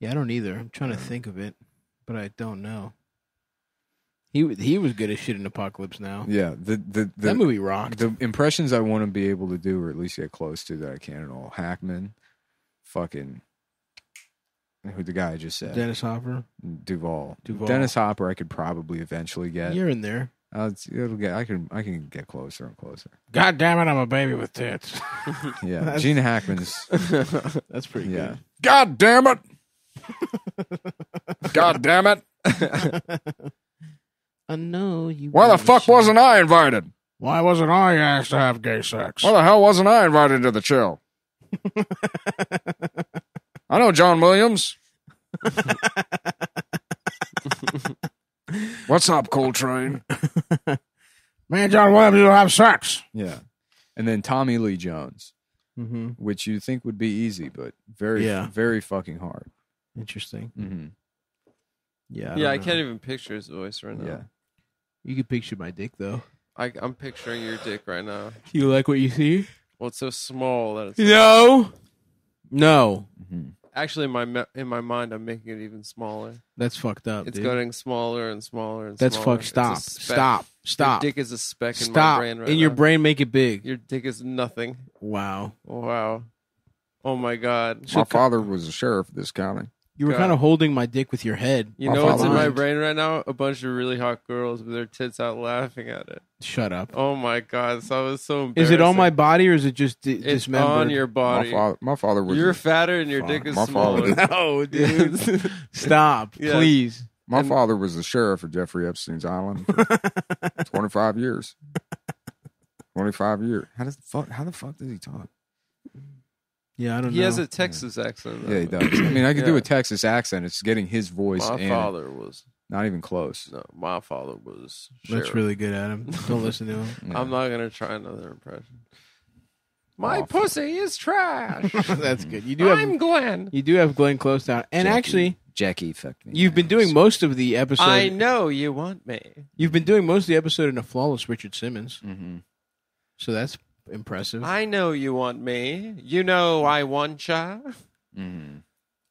A: Yeah, I don't either. I'm trying to think of it, but I don't know. He wa- he was good as shit in Apocalypse Now.
B: Yeah, the the the,
A: that movie rocked.
B: the impressions I want to be able to do, or at least get close to that I can at all. Hackman, fucking, who the guy I just said,
A: Dennis Hopper,
B: Duvall.
A: Duvall.
B: Dennis Hopper. I could probably eventually get.
A: you're in there.
K: Uh, it's, it'll get. I can. I can get closer and closer.
J: God damn it, I'm a baby with tits.
K: Yeah, Gene Hackman's.
A: That's pretty
K: yeah,
A: good.
B: God damn it! God damn it!
A: I know you.
B: Why the fuck wasn't I invited?
J: Why wasn't I asked to have gay sex?
B: Why the hell wasn't I invited to the chill? I know John Williams. What's up, Coltrane?
J: Me and John Williams will have sex.
K: yeah. And then Tommy Lee Jones,
A: Mm-hmm.
K: which you think would be easy, but very,
A: Yeah.
K: very fucking hard.
A: Interesting.
K: Mm-hmm.
A: Yeah.
C: yeah,
A: don't
C: I
A: know.
C: can't even picture his voice right now.
K: Yeah.
A: You can picture my dick though.
C: I, I'm picturing your dick right now.
A: You like what you see?
C: Well, it's so small that it's
A: No. No.
C: actually in my me- in my mind. I'm making it even smaller.
A: That's fucked up.
C: It's
A: Oh, dude.
C: getting smaller and smaller and
A: That's
C: smaller.
A: fucked.
C: It's a
A: Stop.
C: speck.
A: Stop. Stop.
C: Your dick is a speck in
A: Stop.
C: my brain right
A: in your
C: now.
A: brain, make it big.
C: Your dick is nothing.
A: Wow.
C: Wow. Oh my god.
B: My father was a sheriff of this county.
A: You were
C: God.
A: kind of holding my dick with your head.
C: You
B: my
C: know what's in my
B: father-
C: brain right now? A bunch of really hot girls with their tits out laughing at it.
A: Shut up.
C: Oh my god. So I was so
A: Is
C: embarrassed.
A: it on my body or is it just di-
C: It's
A: dismembered?
C: on your body.
B: My father, my father was.
C: You're fatter and your
B: Fuck,
C: dick is
B: my father
C: smaller.
A: No, dude. Stop,
C: Yeah.
A: please.
B: my father was the sheriff of Jeffrey Epstein's island for 25 years. 25 years. How does the fuck? How the fuck does he talk?
A: Yeah, I don't
C: He
A: know.
C: has a Texas accent.
K: Yeah, he
C: though.
K: does. I mean, I could do
C: Yeah.
K: a Texas accent. It's getting his voice.
C: My
K: and
C: father was
K: Not even close.
C: no. My father was.
A: That's
C: sheriff.
A: really good, Adam. Don't listen to him.
K: Yeah.
C: I'm not gonna try another impression. My
B: Awful.
C: pussy is trash.
A: That's good. You do have
C: I'm Glenn.
A: you do have Glenn Close down, and
K: Jackie.
A: actually,
K: Jackie fucked me.
A: you've been doing most of the episode.
C: I know you want me.
A: You've been doing most of the episode in a flawless Richard Simmons,
K: Mhm.
A: so that's impressive.
C: Mm-hmm. I know you want me. You know I want ya.
K: Mhm.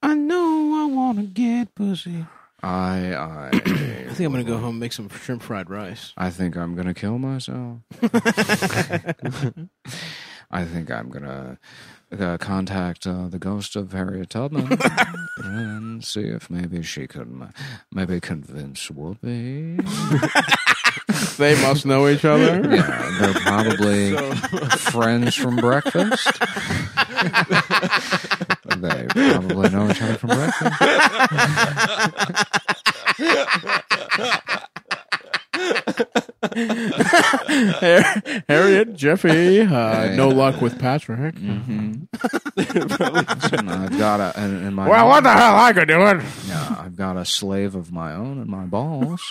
E: I know I want to get pussy.
B: I,
A: I
B: I,
A: think I'm gonna go home and make some shrimp fried rice.
B: I think I'm gonna kill
J: Oh.
B: myself. I think I'm gonna uh, contact uh, the ghost of Harriet Tubman and see if maybe she can uh, maybe convince Whoopi.
A: they must know each other.
B: Yeah, they're probably friends from breakfast. they probably know each other from breakfast.
A: Har- Harriet, Jeffy, uh,
B: Hey.
A: no luck with Patrick.
B: And I've got a and, and my
J: Well, what the hell? I could do it.
B: Yeah, I've got a slave of my own and my balls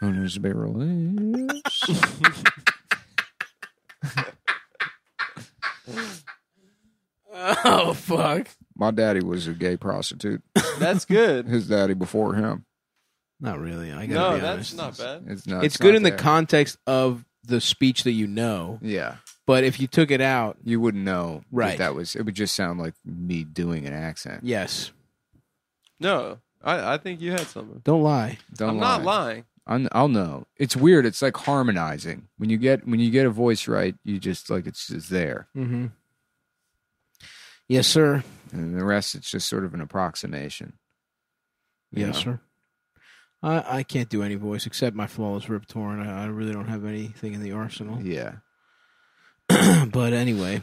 B: who needs to be released.
A: Oh fuck!
B: my daddy was a gay prostitute.
C: That's good.
B: His daddy before him.
A: Not really. I gotta
C: no,
A: be honest.
C: that's not bad.
B: It's not.
A: it's good
B: not
A: in the
B: there.
A: context of the speech that you know,
B: Yeah,
A: but if you took it out,
B: you wouldn't know. that
A: Right.
B: That was. It would just sound like me doing an accent.
A: yes,
C: No, I, I think you had something.
A: don't lie.
B: Don't
C: I'm
B: lie.
C: not lying.
B: I'm, I'll know. It's weird. It's like harmonizing. When you get when you get a voice right, you just like it's just there,
A: Mm-hmm. Yes, sir.
B: and the rest it's just sort of an approximation. you
A: Yes,
B: know?
A: sir. I I can't do any voice except my flawless Rip Torn. I, I really don't have anything in the arsenal.
B: Yeah.
A: but anyway,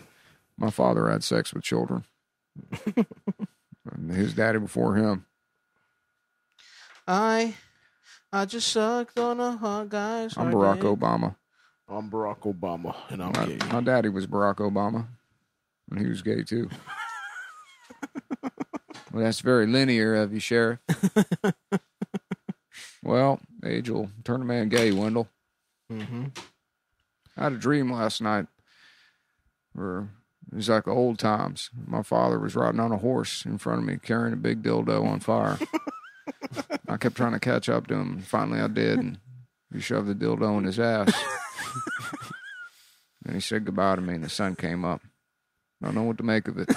B: My father had sex with children. and his daddy before him.
E: I, I just sucked on a hot guy's.
B: I'm Barack Obama.
A: I'm Barack Obama, and I'm
B: My, my daddy was Barack Obama, and he was gay too. well, that's very linear of you, Sheriff. well, age will turn a man gay, Wendell.
A: Mm-hmm.
B: I had a dream last night where it was like the old times. My father was riding on a horse in front of me, carrying a big dildo on fire. I kept trying to catch up to him. and Finally, I did, and he shoved the dildo in his ass. and he said goodbye to me, and the sun came up. I don't know what to make of it. I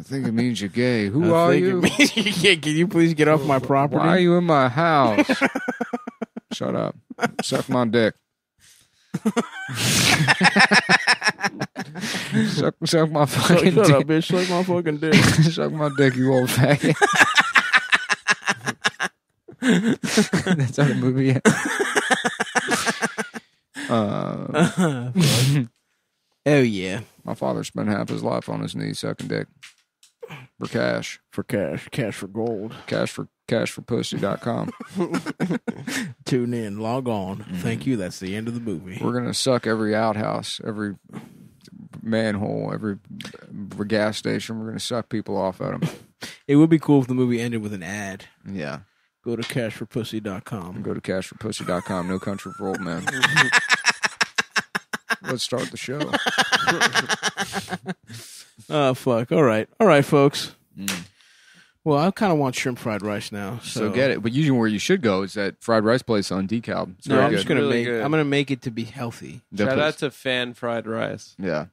B: think it means you're gay. Who are you?
A: can you please get off my property?
B: Why are you in my house? Shut up. Suck my dick. suck, suck my
A: Shut,
B: fucking
A: shut up,
B: dick.
A: bitch! Suck my fucking dick.
B: suck my dick, you old faggot. That's how the movie
A: Uh,
B: ends.
A: oh, yeah.
B: My father spent half his life on his knees sucking dick. For cash.
F: For cash. Cash for gold.
B: Cash for cash for pussy.com.
A: Tune in, log on. Thank you. That's the end of the movie.
B: We're gonna suck every outhouse, every manhole, every gas station. We're gonna suck people off at them.
A: It would be cool if the movie ended with an ad.
B: Yeah.
A: Go to cashforpussy.com.
B: Go to cashforpussy.com. No country for old men. Let's start the show.
A: Oh, fuck. All right. All right, folks. Well, I kind of want shrimp fried rice now.
B: So get it. But usually where you should go is that fried rice place on Decal. It's
A: No,
B: very
A: I'm just
B: good.
A: gonna
C: Really
A: make.
C: good.
A: I'm gonna make it to be healthy.
B: The
C: Shout
B: place-
C: out to Fan Fried Rice.
B: Yeah.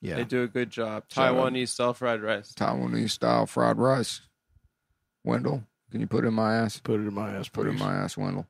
A: Yeah.
C: They do a good job.
B: Shout out.
C: Taiwanese style fried rice.
B: Taiwanese style fried rice. Wendell, can you put it in my ass?
A: Put it in my ass.
B: Put it in
A: please.
B: my ass, Wendell.